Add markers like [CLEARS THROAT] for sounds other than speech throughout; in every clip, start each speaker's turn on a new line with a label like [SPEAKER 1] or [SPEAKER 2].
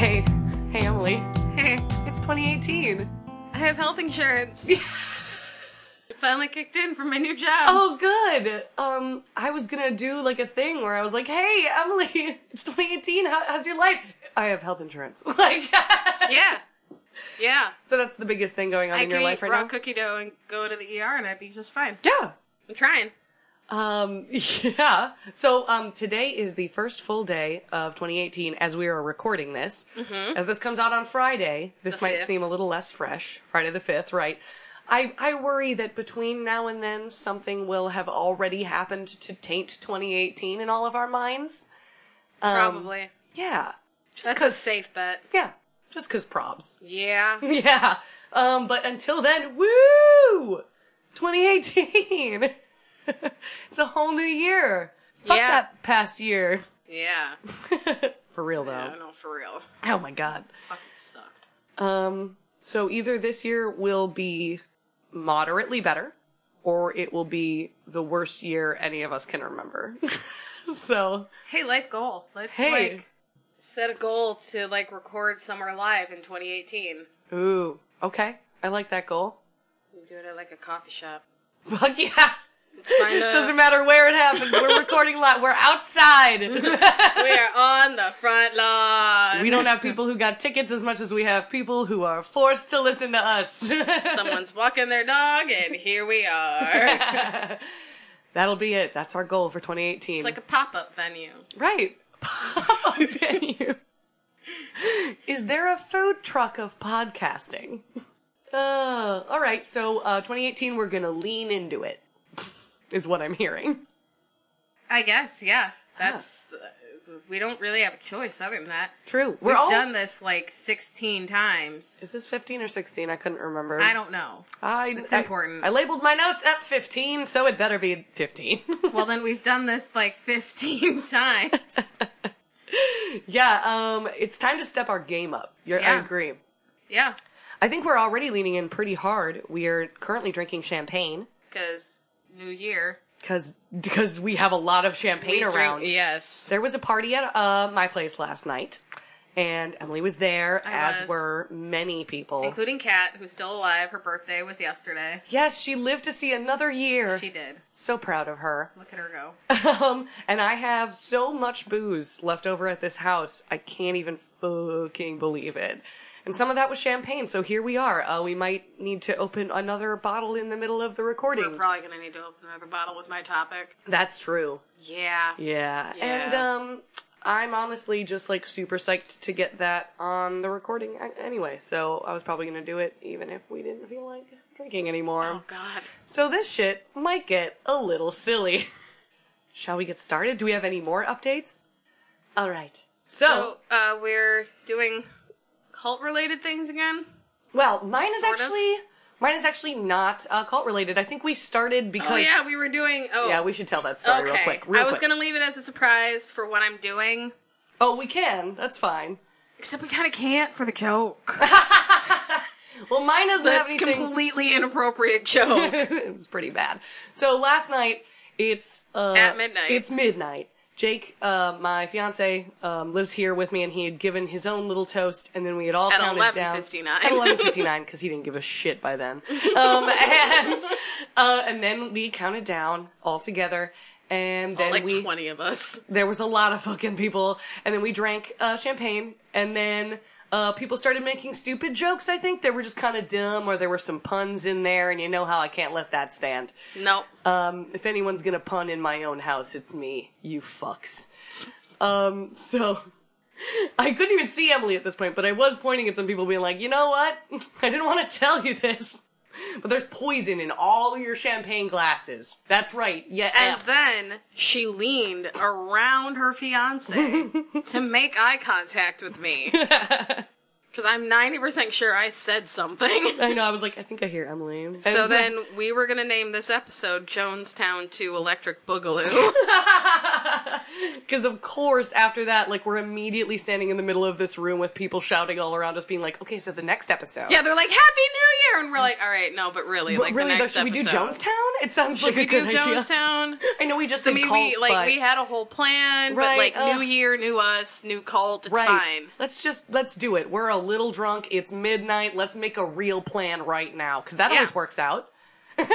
[SPEAKER 1] [LAUGHS]
[SPEAKER 2] 2018.
[SPEAKER 1] I have health insurance.
[SPEAKER 2] Yeah.
[SPEAKER 1] It finally kicked in from my new job.
[SPEAKER 2] Oh, good. Um, I was gonna do like a thing where I was like, "Hey, Emily, [LAUGHS] it's 2018. How, how's your life? I have health insurance." [LAUGHS] Like,
[SPEAKER 1] yeah, yeah.
[SPEAKER 2] so that's the biggest thing going on
[SPEAKER 1] I
[SPEAKER 2] in your
[SPEAKER 1] could
[SPEAKER 2] life
[SPEAKER 1] eat
[SPEAKER 2] right
[SPEAKER 1] raw
[SPEAKER 2] now.
[SPEAKER 1] cookie dough and go to the ER, and I'd be just fine.
[SPEAKER 2] yeah.
[SPEAKER 1] I'm trying.
[SPEAKER 2] Um, [LAUGHS] yeah. So, um, today is the first full day of 2018 as we are recording this. Mm-hmm. As this comes out on Friday, this
[SPEAKER 1] The
[SPEAKER 2] might
[SPEAKER 1] fifth.
[SPEAKER 2] seem a little less fresh. Friday the 5th, right? I, I worry that between now and then something will have already happened to taint 2018 in all of our minds.
[SPEAKER 1] Probably.
[SPEAKER 2] Yeah. Just
[SPEAKER 1] That's a
[SPEAKER 2] Um, cause,
[SPEAKER 1] safe bet.
[SPEAKER 2] yeah. Just cause probs.
[SPEAKER 1] Yeah.
[SPEAKER 2] [LAUGHS] Yeah. Um, but until then, woo! 2018! [LAUGHS] it's a whole new year. Fuck
[SPEAKER 1] Yeah.
[SPEAKER 2] that past year. [LAUGHS]
[SPEAKER 1] Yeah.
[SPEAKER 2] For real
[SPEAKER 1] I
[SPEAKER 2] though.
[SPEAKER 1] don't know for real.
[SPEAKER 2] Oh my god.
[SPEAKER 1] Fucking sucked.
[SPEAKER 2] Um, so either this year will be moderately better, or it will be the worst year any of us can remember. [LAUGHS] so,
[SPEAKER 1] Hey, life goal. Let's
[SPEAKER 2] Hey.
[SPEAKER 1] like set a goal to like record somewhere live in 2018.
[SPEAKER 2] ooh, okay. I like that goal. [LAUGHS]
[SPEAKER 1] We do it at like a coffee shop.
[SPEAKER 2] Fuck yeah. [LAUGHS]
[SPEAKER 1] Find a-
[SPEAKER 2] Doesn't matter where it happens. We're recording live. We're outside. [LAUGHS]
[SPEAKER 1] we are on the front lawn.
[SPEAKER 2] We don't have people who got tickets as much as we have people who are forced to listen to us. [LAUGHS]
[SPEAKER 1] Someone's walking their dog, and here we
[SPEAKER 2] [LAUGHS]
[SPEAKER 1] are.
[SPEAKER 2] That'll be it. That's our goal for 2018.
[SPEAKER 1] It's like a pop up venue.
[SPEAKER 2] right. [LAUGHS] Pop-up venue. Is there a food truck of podcasting? Uh, all right. So, uh, 2018, we're gonna lean into it. Is what I'm hearing.
[SPEAKER 1] I guess, yeah. That's. We don't really have a choice other than that.
[SPEAKER 2] True. We're
[SPEAKER 1] We've
[SPEAKER 2] all
[SPEAKER 1] done this like 16 times.
[SPEAKER 2] Is this 15 or 16? I couldn't remember.
[SPEAKER 1] I don't know.
[SPEAKER 2] I,
[SPEAKER 1] It's
[SPEAKER 2] I-
[SPEAKER 1] important.
[SPEAKER 2] I labeled my notes at 15, so it better be 15. [LAUGHS]
[SPEAKER 1] Well, then we've done this like [LAUGHS] 15 times.
[SPEAKER 2] Yeah, um, it's time to step our game up. You're, I
[SPEAKER 1] Yeah.
[SPEAKER 2] agree.
[SPEAKER 1] Yeah.
[SPEAKER 2] I think we're already leaning in pretty hard. We are currently drinking champagne
[SPEAKER 1] Because New Year.
[SPEAKER 2] because we have a lot of champagne
[SPEAKER 1] We drink-
[SPEAKER 2] around.
[SPEAKER 1] yes.
[SPEAKER 2] There was a party at uh, my place last night, and Emily was there, as
[SPEAKER 1] was.
[SPEAKER 2] were many people.
[SPEAKER 1] Including Kat, who's still alive. Her birthday was yesterday.
[SPEAKER 2] yes, she lived to see another year.
[SPEAKER 1] She did.
[SPEAKER 2] so proud of her.
[SPEAKER 1] Look at her go.
[SPEAKER 2] Um, and I have so much booze left over at this house. I can't even fucking believe it. And some of that was champagne. So here we are. Uh, we might need to open another bottle in the middle of the
[SPEAKER 1] We're
[SPEAKER 2] recording.
[SPEAKER 1] probably going to need to open another bottle with my topic.
[SPEAKER 2] That's true.
[SPEAKER 1] Yeah.
[SPEAKER 2] Yeah.
[SPEAKER 1] Yeah.
[SPEAKER 2] And, um, I'm honestly just like super psyched to get that on the recording a- anyway. So I was probably going to do it even if we didn't feel like drinking anymore.
[SPEAKER 1] Oh, God.
[SPEAKER 2] So this shit might get a little silly. Shall we get started? Do we have any more updates? All right. So,
[SPEAKER 1] So, uh, we're doing cult related things again.
[SPEAKER 2] well, mine is
[SPEAKER 1] Sort of.
[SPEAKER 2] actually mine is actually not uh, cult related. I think we started because
[SPEAKER 1] Oh, yeah, we were doing. Oh,
[SPEAKER 2] Yeah, we should tell that story real quick. Real
[SPEAKER 1] I was
[SPEAKER 2] quick.
[SPEAKER 1] gonna leave it as a surprise for what I'm doing,
[SPEAKER 2] Oh, we can. That's fine.
[SPEAKER 1] except we kind of can't for the joke.
[SPEAKER 2] Well, mine doesn't have
[SPEAKER 1] [LAUGHS] That
[SPEAKER 2] anything.
[SPEAKER 1] completely inappropriate
[SPEAKER 2] [LAUGHS]
[SPEAKER 1] joke.
[SPEAKER 2] it's pretty bad. So last night, it's uh,
[SPEAKER 1] At midnight.
[SPEAKER 2] It's midnight. Jake, uh, my fiance, um, lives here with me, and he had given his own little toast, and then we had all
[SPEAKER 1] At
[SPEAKER 2] counted down
[SPEAKER 1] 11:59.
[SPEAKER 2] at eleven fifty nine because he didn't give a shit by
[SPEAKER 1] [LAUGHS]
[SPEAKER 2] then. Um, and uh, and then we counted down all together, and then
[SPEAKER 1] like
[SPEAKER 2] we
[SPEAKER 1] twenty of us.
[SPEAKER 2] there was a lot of fucking people, and then we drank uh, champagne, and then uh, people started making stupid jokes. I think they were just kind of dumb, or there were some puns in there, and you know how I can't let that stand.
[SPEAKER 1] Nope.
[SPEAKER 2] Um, if anyone's gonna pun in my own house, it's me, you fucks. Um, so [LAUGHS] I couldn't even see Emily at this point, but I was pointing at some people, being like, you know what? [LAUGHS] I didn't want to tell you this. But there's poison in all your champagne glasses. That's right. Yeah.
[SPEAKER 1] and then she leaned around her fiance
[SPEAKER 2] [LAUGHS]
[SPEAKER 1] to make eye contact with me. Because I'm 90% sure I said something.
[SPEAKER 2] [LAUGHS] I know. I was like, I think I hear Emily. And
[SPEAKER 1] So then we were going to name this episode Jonestown to Electric Boogaloo.
[SPEAKER 2] [LAUGHS] Because of course, after that, like we're immediately standing in the middle of this room with people shouting all around us, being like, "Okay, so the next episode."
[SPEAKER 1] yeah, they're like, Happy New Year! And we're like, all right, no, but really,
[SPEAKER 2] but
[SPEAKER 1] like
[SPEAKER 2] really
[SPEAKER 1] the
[SPEAKER 2] though,
[SPEAKER 1] next
[SPEAKER 2] should we do
[SPEAKER 1] episode.
[SPEAKER 2] Jonestown? It sounds like
[SPEAKER 1] we
[SPEAKER 2] a good
[SPEAKER 1] do
[SPEAKER 2] idea.
[SPEAKER 1] Jonestown?
[SPEAKER 2] [LAUGHS] I know we just
[SPEAKER 1] I
[SPEAKER 2] did
[SPEAKER 1] mean,
[SPEAKER 2] cults,
[SPEAKER 1] we like
[SPEAKER 2] but
[SPEAKER 1] we had a whole plan,
[SPEAKER 2] Right,
[SPEAKER 1] but like
[SPEAKER 2] ugh.
[SPEAKER 1] new year, new us, new cult. It's
[SPEAKER 2] right. [LAUGHS]
[SPEAKER 1] fine.
[SPEAKER 2] Let's just let's do it. We're little drunk. It's midnight. Let's make a real plan right now. Cause that
[SPEAKER 1] Yeah.
[SPEAKER 2] always works out.
[SPEAKER 1] yeah,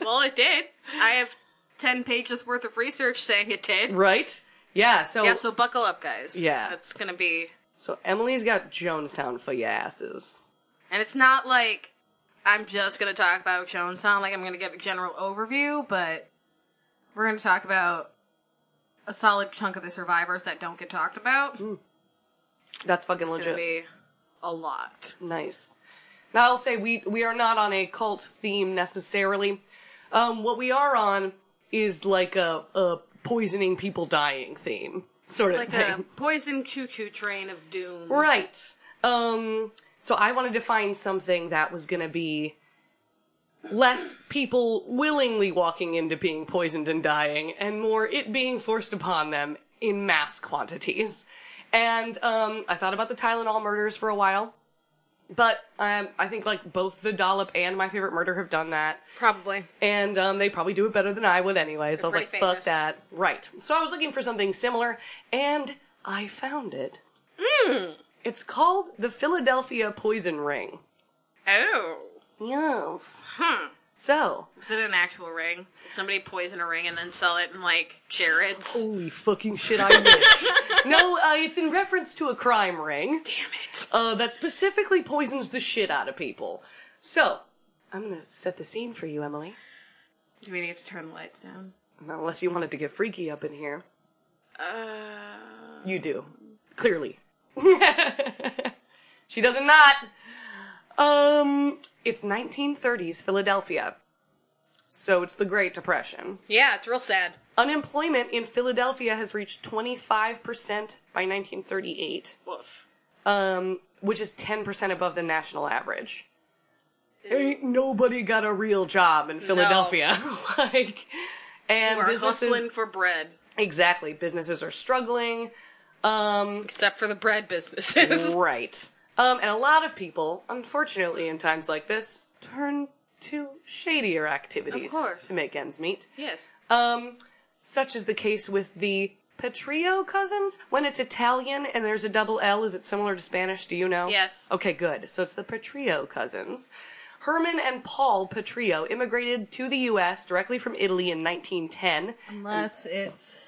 [SPEAKER 1] well, it did. I have 10 pages worth of research saying it did.
[SPEAKER 2] Right? Yeah. So,
[SPEAKER 1] Yeah,
[SPEAKER 2] so,
[SPEAKER 1] so buckle up, guys.
[SPEAKER 2] Yeah.
[SPEAKER 1] That's gonna be.
[SPEAKER 2] Emily's got Jonestown for your asses.
[SPEAKER 1] And it's not like I'm just gonna talk about Jonestown, like I'm gonna give a general overview, but we're gonna talk about a solid chunk of the survivors that don't get talked about.
[SPEAKER 2] That's fucking
[SPEAKER 1] It's
[SPEAKER 2] legit.
[SPEAKER 1] gonna be a lot.
[SPEAKER 2] Nice. Now I'll say we we are not on a cult theme necessarily. Um, what we are on is like a, a poisoning people dying theme sort of
[SPEAKER 1] Like
[SPEAKER 2] thing. [LAUGHS]
[SPEAKER 1] a poison choo choo train of doom.
[SPEAKER 2] Right. Um, so I wanted to find something that was going to be less people willingly walking into being poisoned and dying and more it being forced upon them in mass quantities. And um, I thought about the Tylenol murders for a while. But um, I think like both the dollop and my favorite murder have done that
[SPEAKER 1] Probably.
[SPEAKER 2] and um, they probably do it better than I would anyway. So I was like,
[SPEAKER 1] pretty
[SPEAKER 2] fuck
[SPEAKER 1] famous.
[SPEAKER 2] that. Right. So I was looking for something similar, and I found it.
[SPEAKER 1] Hmm.
[SPEAKER 2] It's called the Philadelphia Poison Ring.
[SPEAKER 1] Oh.
[SPEAKER 2] Yes.
[SPEAKER 1] Hmm.
[SPEAKER 2] So,
[SPEAKER 1] Was it an actual ring? Did somebody poison a ring and then sell it in like Jared's?
[SPEAKER 2] holy fucking shit, I
[SPEAKER 1] [LAUGHS]
[SPEAKER 2] wish. no, uh, it's in reference to a crime ring
[SPEAKER 1] Damn it.
[SPEAKER 2] uh, that specifically poisons the shit out of people. So, I'm gonna set the scene for you, Emily.
[SPEAKER 1] Do we need to turn the lights down?
[SPEAKER 2] Unless you wanted to get freaky up in here.
[SPEAKER 1] Uh.
[SPEAKER 2] You do.
[SPEAKER 1] [LAUGHS]
[SPEAKER 2] Clearly. she doesn't not. Um, it's 1930s Philadelphia. So it's the Great Depression.
[SPEAKER 1] Yeah, it's real sad.
[SPEAKER 2] Unemployment in Philadelphia has reached 25% by 1938,
[SPEAKER 1] Woof.
[SPEAKER 2] um, which is 10% above the national average. Ain't nobody got a real job in Philadelphia. [LAUGHS] like, and
[SPEAKER 1] We're
[SPEAKER 2] businesses
[SPEAKER 1] hustling for bread,
[SPEAKER 2] exactly businesses are struggling. Um,
[SPEAKER 1] except for the bread businesses.
[SPEAKER 2] Right. Um, and a lot of people, unfortunately, in times like this, turn to shadier activities
[SPEAKER 1] Of course.
[SPEAKER 2] to make ends meet.
[SPEAKER 1] [LAUGHS] yes.
[SPEAKER 2] Um, such is the case with the Petrillo cousins. When it's Italian and there's a double L, is it similar to Spanish? Do you know?
[SPEAKER 1] Yes.
[SPEAKER 2] Okay, good. So it's the Petrillo cousins. Herman and Paul Petrillo immigrated to the U.S. directly from Italy in 1910.
[SPEAKER 1] Unless it's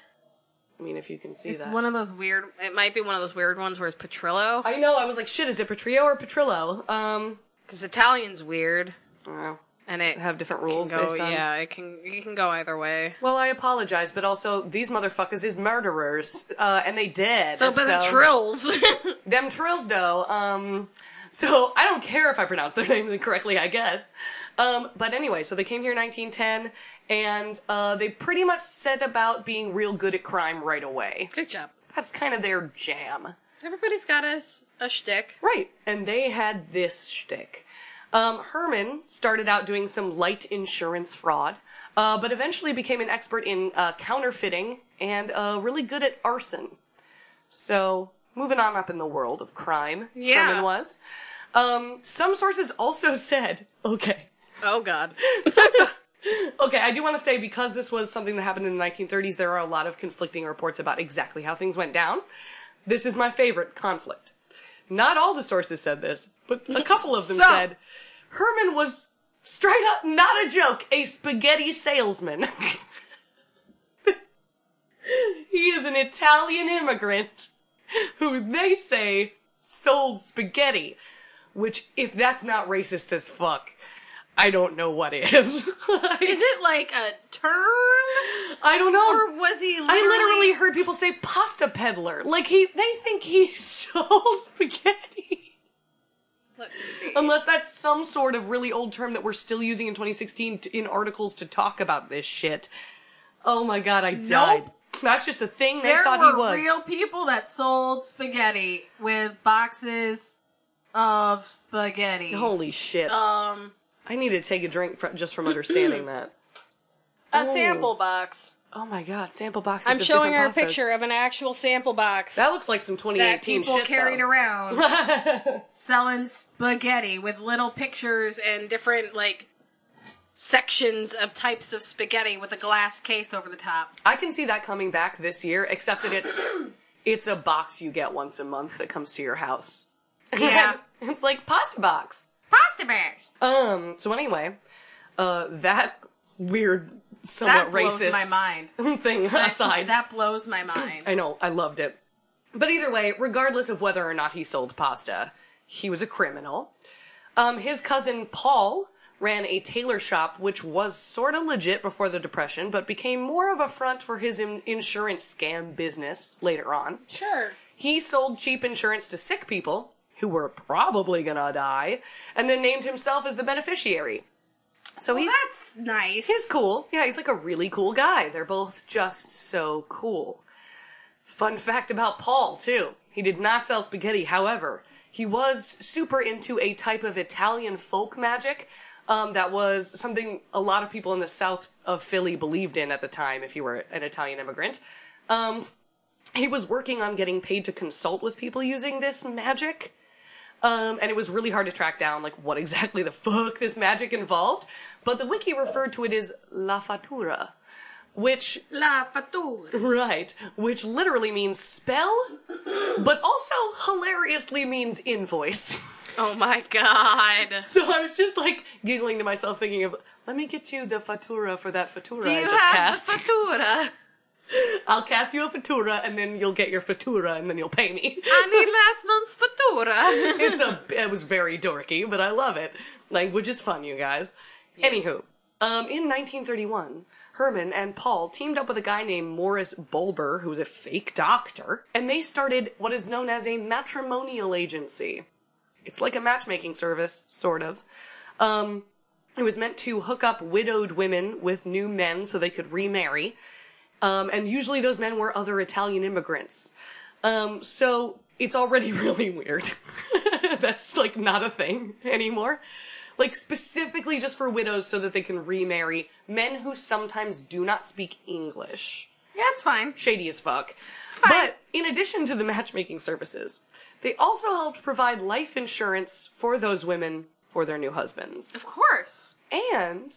[SPEAKER 2] I mean, if you can see
[SPEAKER 1] it's
[SPEAKER 2] that.
[SPEAKER 1] one of those weird. It might be one of those weird ones where it's Petrillo
[SPEAKER 2] I know. I was like, shit, is it Petrillo or Petrillo? Um,
[SPEAKER 1] because Italian's weird
[SPEAKER 2] I don't know.
[SPEAKER 1] and it
[SPEAKER 2] have different rules
[SPEAKER 1] can go.
[SPEAKER 2] based on.
[SPEAKER 1] Yeah, it can. You can go either way.
[SPEAKER 2] Well, I apologize, but also these motherfuckers is murderers, uh, and they dead.
[SPEAKER 1] So, but the trills. [LAUGHS]
[SPEAKER 2] them trills though. Um, so I don't care if I pronounce their [LAUGHS] names incorrectly, I guess. Um, but anyway, so they came here in 1910, and uh, they pretty much set about being real good at crime right away.
[SPEAKER 1] Good job.
[SPEAKER 2] That's kind of their jam.
[SPEAKER 1] Everybody's got a, s- a shtick.
[SPEAKER 2] Right. And they had this shtick. Um, Herman started out doing some light insurance fraud, uh, but eventually became an expert in uh, counterfeiting and uh, really good at arson. So, moving on up in the world of crime,
[SPEAKER 1] Yeah.
[SPEAKER 2] Herman was. Um, some sources also [LAUGHS] said, okay,
[SPEAKER 1] Oh God.
[SPEAKER 2] Okay, I do want to say because this was something that happened in the 1930s, there are a lot of conflicting reports about exactly how things went down. This is my favorite conflict. Not all the sources said this, but a couple of them
[SPEAKER 1] So-
[SPEAKER 2] said Herman was straight up not a joke, a spaghetti salesman. [LAUGHS] he is an Italian immigrant who they say sold spaghetti, which if that's not racist as fuck, I don't know what is. [LAUGHS]
[SPEAKER 1] Is it like a turn,
[SPEAKER 2] I don't know.
[SPEAKER 1] or was he? Literally...
[SPEAKER 2] I literally heard people say pasta peddler. Like he, they think he [LAUGHS] sold spaghetti.
[SPEAKER 1] Let me see.
[SPEAKER 2] Unless that's some sort of really old term that we're still using in 2016 t- in articles to talk about this shit. Oh my god, I died. That's just a thing they
[SPEAKER 1] there
[SPEAKER 2] thought
[SPEAKER 1] were
[SPEAKER 2] he was.
[SPEAKER 1] real people that sold spaghetti with boxes of spaghetti.
[SPEAKER 2] Holy shit!
[SPEAKER 1] Um,
[SPEAKER 2] I need to take a drink fr- just from
[SPEAKER 1] [CLEARS THROAT]
[SPEAKER 2] understanding that.
[SPEAKER 1] a sample box.
[SPEAKER 2] Oh my god, sample boxes.
[SPEAKER 1] I'm
[SPEAKER 2] of
[SPEAKER 1] showing her a
[SPEAKER 2] Oh. different pastas.
[SPEAKER 1] picture of an actual sample box
[SPEAKER 2] That looks like some 2018
[SPEAKER 1] people
[SPEAKER 2] shit.
[SPEAKER 1] carried
[SPEAKER 2] though.
[SPEAKER 1] around
[SPEAKER 2] [LAUGHS]
[SPEAKER 1] selling spaghetti with little pictures and different like sections of types of spaghetti with a glass case over the top.
[SPEAKER 2] I can see that coming back [CLEARS THROAT] this year, except that it's it's a box you get once a month that comes to your house. [LAUGHS]
[SPEAKER 1] Yeah.
[SPEAKER 2] it's like pasta box.
[SPEAKER 1] Pasta bags.
[SPEAKER 2] Um, so anyway, uh, that weird,
[SPEAKER 1] that
[SPEAKER 2] somewhat
[SPEAKER 1] blows
[SPEAKER 2] racist
[SPEAKER 1] my
[SPEAKER 2] [LAUGHS]
[SPEAKER 1] mind.
[SPEAKER 2] thing
[SPEAKER 1] That just-
[SPEAKER 2] aside.
[SPEAKER 1] that blows
[SPEAKER 2] [CLEARS THROAT]
[SPEAKER 1] my mind.
[SPEAKER 2] I know, I loved it. But either way, regardless of whether or not he sold pasta, he was a criminal. Um, his cousin Paul ran a tailor shop, which was sort of legit before the Depression, but became more of a front for his in- insurance scam business later on.
[SPEAKER 1] Sure.
[SPEAKER 2] He sold cheap insurance to sick people who were probably gonna die, and then named himself as the beneficiary. So he's
[SPEAKER 1] That's nice.
[SPEAKER 2] He's cool. Yeah, he's like a really cool guy. They're both just so cool. Fun fact about Paul, too. He did not sell spaghetti, however, he was super into a type of Italian folk magic um, that was something a lot of people in the south of Philly believed in at the time if you were an Italian immigrant. Um, he was working on getting paid to consult with people using this magic. Um, and it was really hard to track down, like, what exactly the fuck this magic involved. But the wiki referred to it as La Fattura, which,
[SPEAKER 1] La
[SPEAKER 2] [LAUGHS]
[SPEAKER 1] fattura.
[SPEAKER 2] right, which literally means spell, but also hilariously means invoice. [LAUGHS]
[SPEAKER 1] Oh my god.
[SPEAKER 2] So I was just like giggling to myself, thinking of, let me get you the Fattura for that Fattura
[SPEAKER 1] Do
[SPEAKER 2] I
[SPEAKER 1] you
[SPEAKER 2] just
[SPEAKER 1] have
[SPEAKER 2] cast. [LAUGHS]
[SPEAKER 1] the fattura?
[SPEAKER 2] I'll cast you a Fattura, and then you'll get your Fattura, and then you'll pay me.
[SPEAKER 1] I need last month's fattura.
[SPEAKER 2] it's a it was very dorky, but I love it. Language is fun, you guys. Anywho, um, in 1931, Herman and Paul teamed up with a guy named Morris Bulber, who was a fake doctor, and they started what is known as a matrimonial agency. It's like a matchmaking service, sort of. Um, it was meant to hook up widowed women with new men so they could remarry. Um, and usually those men were other Italian immigrants. Um, so it's already [LAUGHS] really weird. That's like not a thing anymore. Like specifically just for widows so that they can remarry men who sometimes do not speak English.
[SPEAKER 1] [LAUGHS] yeah, it's fine.
[SPEAKER 2] Shady as fuck.
[SPEAKER 1] fine.
[SPEAKER 2] But in addition to the matchmaking services, they also helped provide life insurance for those women for their new husbands.
[SPEAKER 1] Of course.
[SPEAKER 2] And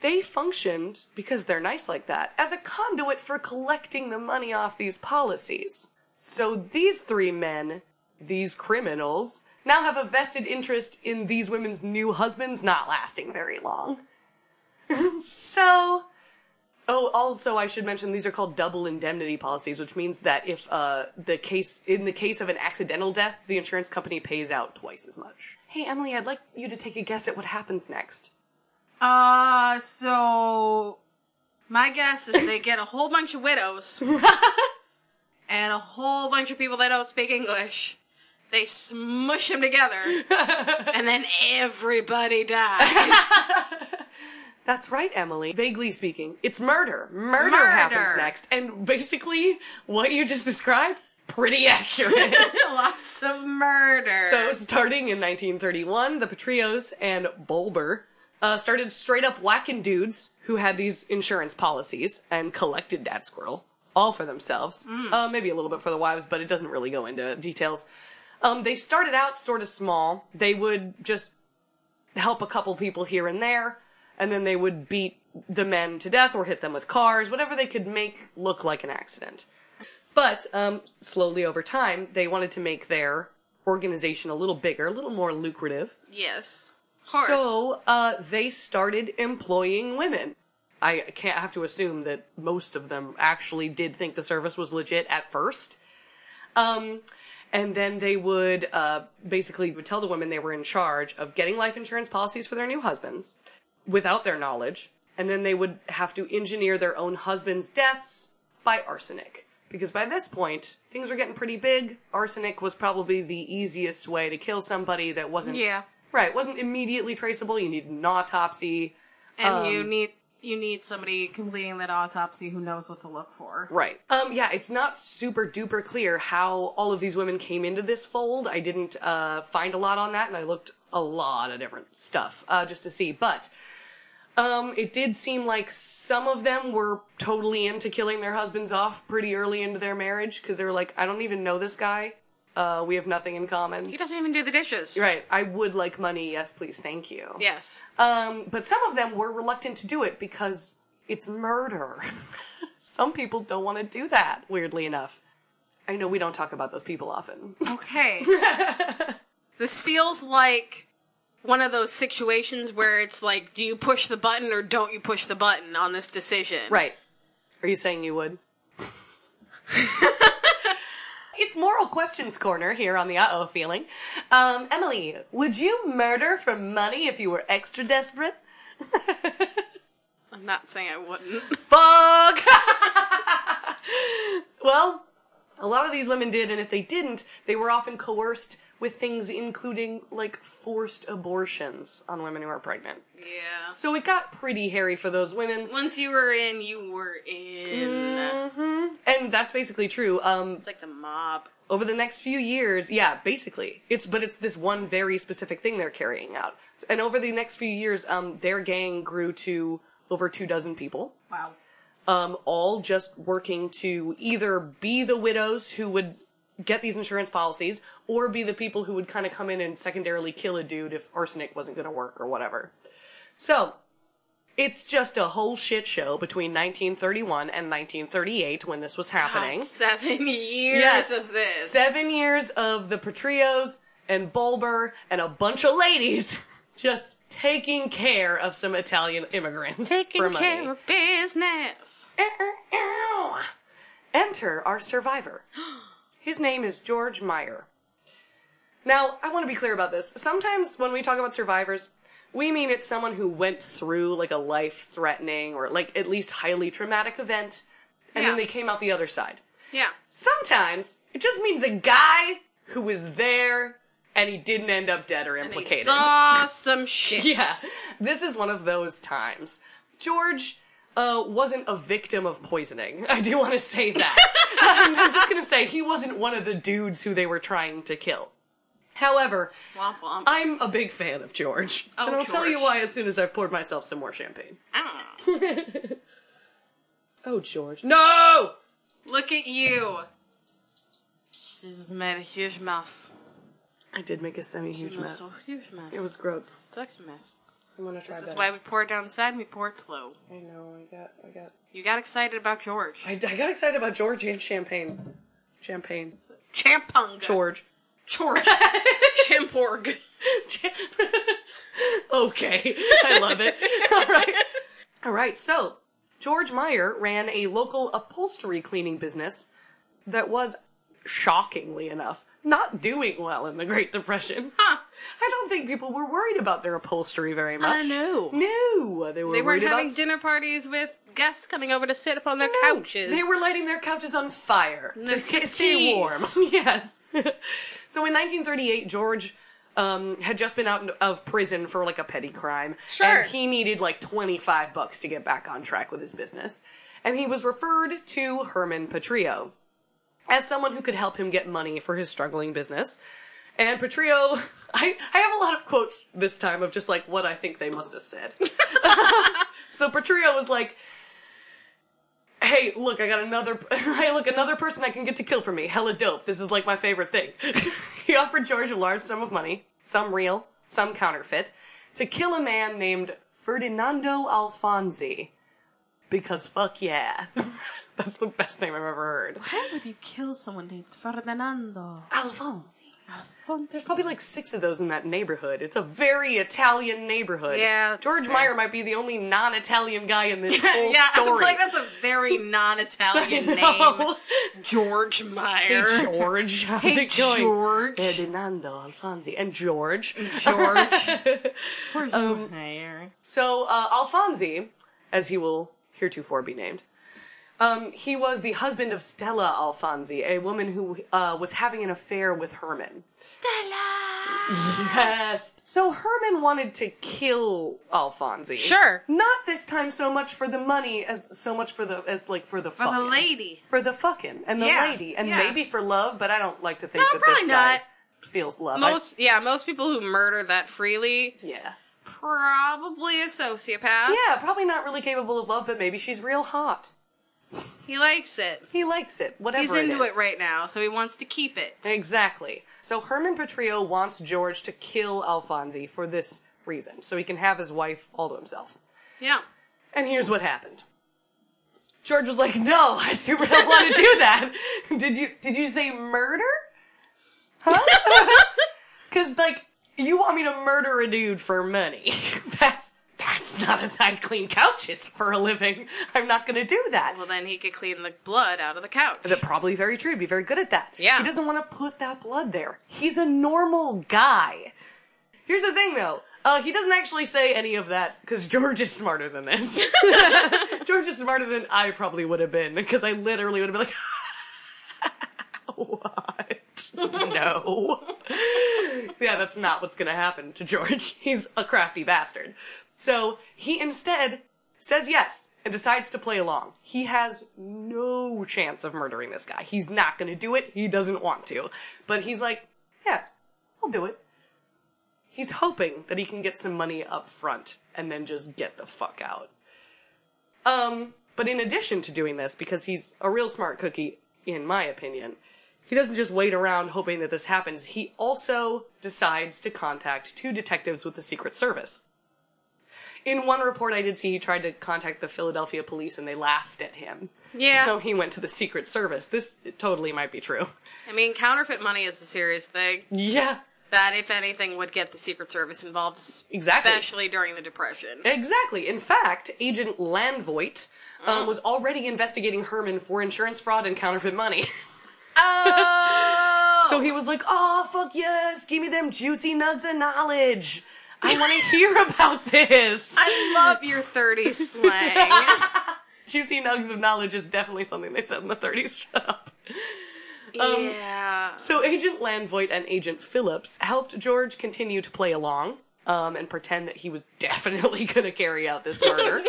[SPEAKER 2] they functioned, because they're nice like that, as a conduit for collecting the money off these policies. So these three men, these criminals, now have a vested interest in these women's new husbands not lasting very long. [LAUGHS] so. Oh, also, I should mention these are called double indemnity policies, which means that if uh, the case in the case of an accidental death, the insurance company pays out twice as much. Hey, Emily, I'd like you to take a guess at what happens next.
[SPEAKER 1] Uh, so my guess is they get a whole bunch of [LAUGHS] widows and a whole bunch of people that don't speak English. They smush them together, [LAUGHS] and then everybody dies.
[SPEAKER 2] That's right, Emily. Vaguely speaking, it's murder. Murder,
[SPEAKER 1] Murder.
[SPEAKER 2] happens next. And basically, what you just described, pretty accurate.
[SPEAKER 1] [LAUGHS] Lots of murder.
[SPEAKER 2] so, starting in 1931, the Patrios and Bulber uh, started straight up whacking dudes who had these insurance policies and collected that squirrel all for themselves. Uh, maybe a little bit for the wives, but it doesn't really go into details. Um, they started out sort of small. They would just help a couple people here and there, and then they would beat the men to death or hit them with cars, whatever they could make look like an accident. But um, slowly over time, they wanted to make their organization a little bigger, a little more lucrative.
[SPEAKER 1] yes, of course.
[SPEAKER 2] So uh, they started employing women. I can't I have to assume that most of them actually did think the service was legit at first. Um, and then they would uh, basically would tell the women they were in charge of getting life insurance policies for their new husbands without their knowledge, and then they would have to engineer their own husbands' deaths by arsenic. Because by this point, things were getting pretty big. Arsenic was probably the easiest way to kill somebody that wasn't
[SPEAKER 1] yeah,
[SPEAKER 2] Right, it wasn't immediately traceable. You needed an autopsy.
[SPEAKER 1] and you need you need somebody completing that autopsy who knows what to look for.
[SPEAKER 2] Right. Um, yeah, it's not super duper clear how all of these women came into this fold. I didn't uh, find a lot on that, and I looked a lot of different stuff uh, just to see. But um, it did seem like some of them were totally into killing their husbands off pretty early into their marriage because they were like, I don't even know this guy. Uh, we have nothing in common.
[SPEAKER 1] He doesn't even do the dishes.
[SPEAKER 2] Right. I would like money. Yes, please. Thank you.
[SPEAKER 1] Yes.
[SPEAKER 2] Um, but some of them were reluctant to do it because it's murder. [LAUGHS] some people don't want to do that, [LAUGHS] weirdly enough. I know we don't talk about those people often.
[SPEAKER 1] Okay. This feels like one of those situations where it's like, do you push the button or don't you push the button on this decision?
[SPEAKER 2] Right. Are you saying you would? it's moral questions corner here on the uh oh feeling. Um, Emily, would you murder for money if you were extra desperate?
[SPEAKER 1] I'm not saying I wouldn't.
[SPEAKER 2] Fuck! [LAUGHS] well, a lot of these women did, and if they didn't, they were often coerced with things including like forced abortions on women who are pregnant.
[SPEAKER 1] Yeah.
[SPEAKER 2] So it got pretty hairy for those women.
[SPEAKER 1] Once you were in, you were
[SPEAKER 2] Mm.
[SPEAKER 1] in.
[SPEAKER 2] And that's basically true. Um,
[SPEAKER 1] It's like the mob.
[SPEAKER 2] over the next few years, yeah, basically, it's but it's this one very specific thing they're carrying out. S- And over the next few years, um, their gang grew to over two dozen people,
[SPEAKER 1] Wow.
[SPEAKER 2] um, all just working to either be the widows who would get these insurance policies, or be the people who would kind of come in and secondarily kill a dude if arsenic wasn't going to work or whatever. So. It's just a whole shit show between 1931 and 1938 when this was happening.
[SPEAKER 1] Seven years
[SPEAKER 2] Yes.
[SPEAKER 1] of this.
[SPEAKER 2] seven years of the Patrios and Bulber and a bunch of ladies [LAUGHS] just taking care of some Italian immigrants. for money.
[SPEAKER 1] of business.
[SPEAKER 2] Enter our
[SPEAKER 1] [GASPS]
[SPEAKER 2] survivor. His name is George Meyer. Now, I want to be clear about this. Sometimes when we talk about survivors, we mean it's someone who went through like a life threatening or like at least highly traumatic event and
[SPEAKER 1] Yeah.
[SPEAKER 2] then they came out the other side.
[SPEAKER 1] Yeah.
[SPEAKER 2] Sometimes it just means a guy who was there and he didn't end up dead or
[SPEAKER 1] They
[SPEAKER 2] implicated.
[SPEAKER 1] saw some
[SPEAKER 2] [LAUGHS]
[SPEAKER 1] shit.
[SPEAKER 2] yeah, this is one of those times. George uh, wasn't a victim of poisoning. [LAUGHS] I do want to say [LAUGHS] that. I'm, I'm just going to say he wasn't one of the dudes who they were trying to kill. However,
[SPEAKER 1] Womp womp.
[SPEAKER 2] I'm a big fan of George.
[SPEAKER 1] Oh,
[SPEAKER 2] and I'll tell you
[SPEAKER 1] George.
[SPEAKER 2] why as soon as I've poured myself some more champagne.
[SPEAKER 1] Ah.
[SPEAKER 2] [LAUGHS] Oh, George. No!
[SPEAKER 1] Look at you. She's made a huge mess.
[SPEAKER 2] I did make a semi huge mess.
[SPEAKER 1] A huge mess.
[SPEAKER 2] It was gross.
[SPEAKER 1] such a mess.
[SPEAKER 2] I'm going to try
[SPEAKER 1] This is
[SPEAKER 2] better.
[SPEAKER 1] why we pour it down the side and we pour it slow.
[SPEAKER 2] I know. I got. I got.
[SPEAKER 1] You got excited about George.
[SPEAKER 2] I, I got excited about George and champagne. Champagne.
[SPEAKER 1] Champunga. [LAUGHS]
[SPEAKER 2] George. [LAUGHS]
[SPEAKER 1] George. Champorg.
[SPEAKER 2] okay, I love it. [LAUGHS] All right. All right. So George Meyer ran a local upholstery cleaning business that was shockingly enough not doing well in the Great Depression.
[SPEAKER 1] Huh.
[SPEAKER 2] I don't think people were worried about their upholstery very much.
[SPEAKER 1] know.
[SPEAKER 2] No, they were.
[SPEAKER 1] They
[SPEAKER 2] worried
[SPEAKER 1] weren't having
[SPEAKER 2] about
[SPEAKER 1] dinner parties with guests coming over to sit upon their
[SPEAKER 2] No,
[SPEAKER 1] couches. [LAUGHS]
[SPEAKER 2] They were lighting their couches on fire to
[SPEAKER 1] their
[SPEAKER 2] ca- stay
[SPEAKER 1] skis.
[SPEAKER 2] warm.
[SPEAKER 1] [LAUGHS]
[SPEAKER 2] yes. so in 1938, George um, had just been out of prison for like a petty crime,
[SPEAKER 1] Sure.
[SPEAKER 2] and he needed like 25 bucks to get back on track with his business. And he was referred to Herman Patrio as someone who could help him get money for his struggling business. And Patrio, [LAUGHS] I, I have a lot of quotes this time of just like what I think they must have said. [LAUGHS] so Patrio was like, hey, look, I got another, [LAUGHS] hey, look, another person I can get to kill for me. Hella dope. This is like my favorite thing. [LAUGHS] he offered George a large sum of money, some real, some counterfeit, to kill a man named Ferdinando Alfonsi. Because fuck yeah. [LAUGHS] That's the best name I've ever heard.
[SPEAKER 1] Why would you kill someone named Ferdinando?
[SPEAKER 2] Alfonsi. Probably like six of those in that neighborhood. It's a very Italian neighborhood.
[SPEAKER 1] Yeah, that's
[SPEAKER 2] George
[SPEAKER 1] fair.
[SPEAKER 2] Meyer might be the only non-Italian guy in
[SPEAKER 1] [LAUGHS]
[SPEAKER 2] this [LAUGHS] whole
[SPEAKER 1] yeah,
[SPEAKER 2] story.
[SPEAKER 1] I was
[SPEAKER 2] [LAUGHS]
[SPEAKER 1] like, that's a very non-Italian name. George Meyer.
[SPEAKER 2] Hey,
[SPEAKER 1] [LAUGHS]
[SPEAKER 2] George, how's
[SPEAKER 1] Hey,
[SPEAKER 2] it going?
[SPEAKER 1] George.
[SPEAKER 2] Ferdinando Alfonsi and George. [LAUGHS]
[SPEAKER 1] [LAUGHS]
[SPEAKER 2] Um,
[SPEAKER 1] George. George Meyer.
[SPEAKER 2] So uh, Alfonsi, as he will heretofore be named, um, he was the husband of Stella Alfonsi, a woman who uh, was having an affair with Herman.
[SPEAKER 1] Stella.
[SPEAKER 2] [LAUGHS] Yes. So Herman wanted to kill Alfonsi.
[SPEAKER 1] Sure.
[SPEAKER 2] Not this time so much for the money as so much for the as like for the
[SPEAKER 1] For the
[SPEAKER 2] fucking.
[SPEAKER 1] lady.
[SPEAKER 2] for the fucking and the
[SPEAKER 1] Yeah,
[SPEAKER 2] lady and
[SPEAKER 1] yeah.
[SPEAKER 2] maybe for love, but I don't like to think
[SPEAKER 1] No,
[SPEAKER 2] that this
[SPEAKER 1] probably
[SPEAKER 2] guy
[SPEAKER 1] not.
[SPEAKER 2] feels love. I-
[SPEAKER 1] Most, yeah, most people who murder that freely,
[SPEAKER 2] yeah.
[SPEAKER 1] probably a sociopath.
[SPEAKER 2] Yeah, probably not really capable of love, but maybe she's real hot.
[SPEAKER 1] He likes it.
[SPEAKER 2] He likes it, whatever
[SPEAKER 1] He's
[SPEAKER 2] it
[SPEAKER 1] into
[SPEAKER 2] is.
[SPEAKER 1] it right now, so he wants to keep it.
[SPEAKER 2] Exactly. So Herman Petrillo wants George to kill Alfonsi for this reason, so he can have his wife all to himself.
[SPEAKER 1] Yeah.
[SPEAKER 2] And here's what happened. George was like, "No, [LAUGHS] I super don't want to [LAUGHS] do that. Did you did you say murder? Huh? [LAUGHS] Because like you want me to murder a dude for money? [LAUGHS] that's that's not a I clean couches for a living. I'm not gonna do that.
[SPEAKER 1] Well, then he could clean the blood out of the couch.
[SPEAKER 2] That probably very true. He'd be very good at that.
[SPEAKER 1] Yeah.
[SPEAKER 2] He doesn't want to put that blood there. He's a normal guy. Here's the thing though. Uh, he doesn't actually say any of that because George is smarter than this. [LAUGHS] George is smarter than I probably would have been because I literally would have been like, [LAUGHS] what? [LAUGHS] no. [LAUGHS] yeah, that's not what's going to happen to George. [LAUGHS] He's a crafty bastard. So he instead says yes and decides to play along. He has no chance of murdering this guy. He's not going to do it. He doesn't want to. But he's like, yeah, I'll do it. He's hoping that he can get some money up front and then just get the fuck out. Um, but in addition to doing this, because he's a real smart cookie, in my opinion, he doesn't just wait around hoping that this happens. He also decides to contact two detectives with the Secret Service. In one report I did see, he tried to contact the Philadelphia police and they laughed at him.
[SPEAKER 1] Yeah.
[SPEAKER 2] So he went to the Secret Service. This totally might be true. [LAUGHS]
[SPEAKER 1] I mean, counterfeit money is a serious thing.
[SPEAKER 2] Yeah,
[SPEAKER 1] That, if anything, would get the Secret Service involved,
[SPEAKER 2] exactly.
[SPEAKER 1] especially during the Depression.
[SPEAKER 2] Exactly. In fact, Agent Landvoigt
[SPEAKER 1] Oh.
[SPEAKER 2] um, was already investigating Herman for insurance fraud and counterfeit money. [LAUGHS]
[SPEAKER 1] Oh!
[SPEAKER 2] so he was like, oh, fuck yes, give me them juicy nugs of knowledge.
[SPEAKER 1] [LAUGHS]
[SPEAKER 2] I want to hear about this.
[SPEAKER 1] I love your 30s
[SPEAKER 2] Um,
[SPEAKER 1] slang.
[SPEAKER 2] [LAUGHS] juicy nugs of knowledge is definitely something they said in the [LAUGHS] 30s shop.
[SPEAKER 1] yeah.
[SPEAKER 2] So Agent Landvoigt and Agent Phillips helped George continue to play along um, and pretend that he was [LAUGHS] definitely going to carry out this
[SPEAKER 1] [LAUGHS]
[SPEAKER 2] murder.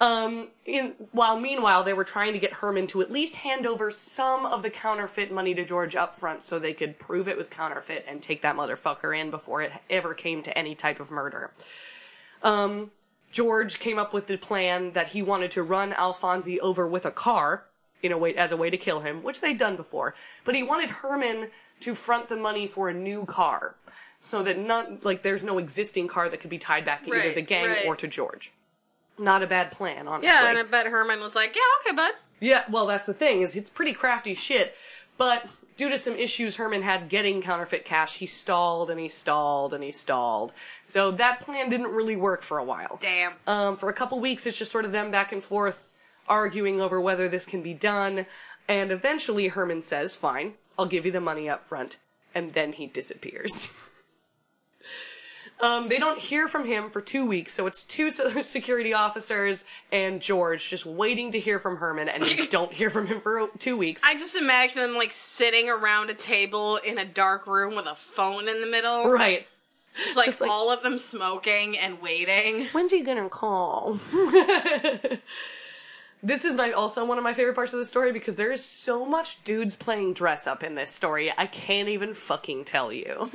[SPEAKER 2] um, in, while meanwhile, they were trying to get Herman to at least hand over some of the counterfeit money to George up front so they could prove it was counterfeit and take that motherfucker in before it ever came to any type of murder. Um, George came up with the plan that he wanted to run Alfonsi over with a car in a way as a way to kill him, which they'd done before. But he wanted Herman to front the money for a new car, so that none like there's no existing car that could be tied back to either
[SPEAKER 1] Right,
[SPEAKER 2] the gang
[SPEAKER 1] right.
[SPEAKER 2] or to George. Not a bad plan, honestly.
[SPEAKER 1] Yeah, and I bet Herman was like, yeah, okay, bud.
[SPEAKER 2] Yeah, well, that's the thing is it's pretty crafty shit. But due to some issues Herman had getting counterfeit cash, he stalled and he stalled and he stalled. So that plan didn't really work for a while.
[SPEAKER 1] Damn.
[SPEAKER 2] Um, for a couple weeks, it's just sort of them back and forth arguing over whether this can be done. And eventually, Herman says, Fine, I'll give you the money up front. And then he disappears. [LAUGHS] um, they don't hear from him for two weeks, so it's two [LAUGHS] se- security officers and George just waiting to hear from Herman, and they don't hear from him for two weeks.
[SPEAKER 1] I just imagine them like sitting around a table in a dark room with a phone in the middle.
[SPEAKER 2] right.
[SPEAKER 1] Just [LAUGHS] like,
[SPEAKER 2] Just like-
[SPEAKER 1] all of them smoking and waiting.
[SPEAKER 2] When's he gonna call? [LAUGHS] this is my also one of my favorite parts of the story because there is so much dudes playing dress up in this story. I can't even fucking tell you.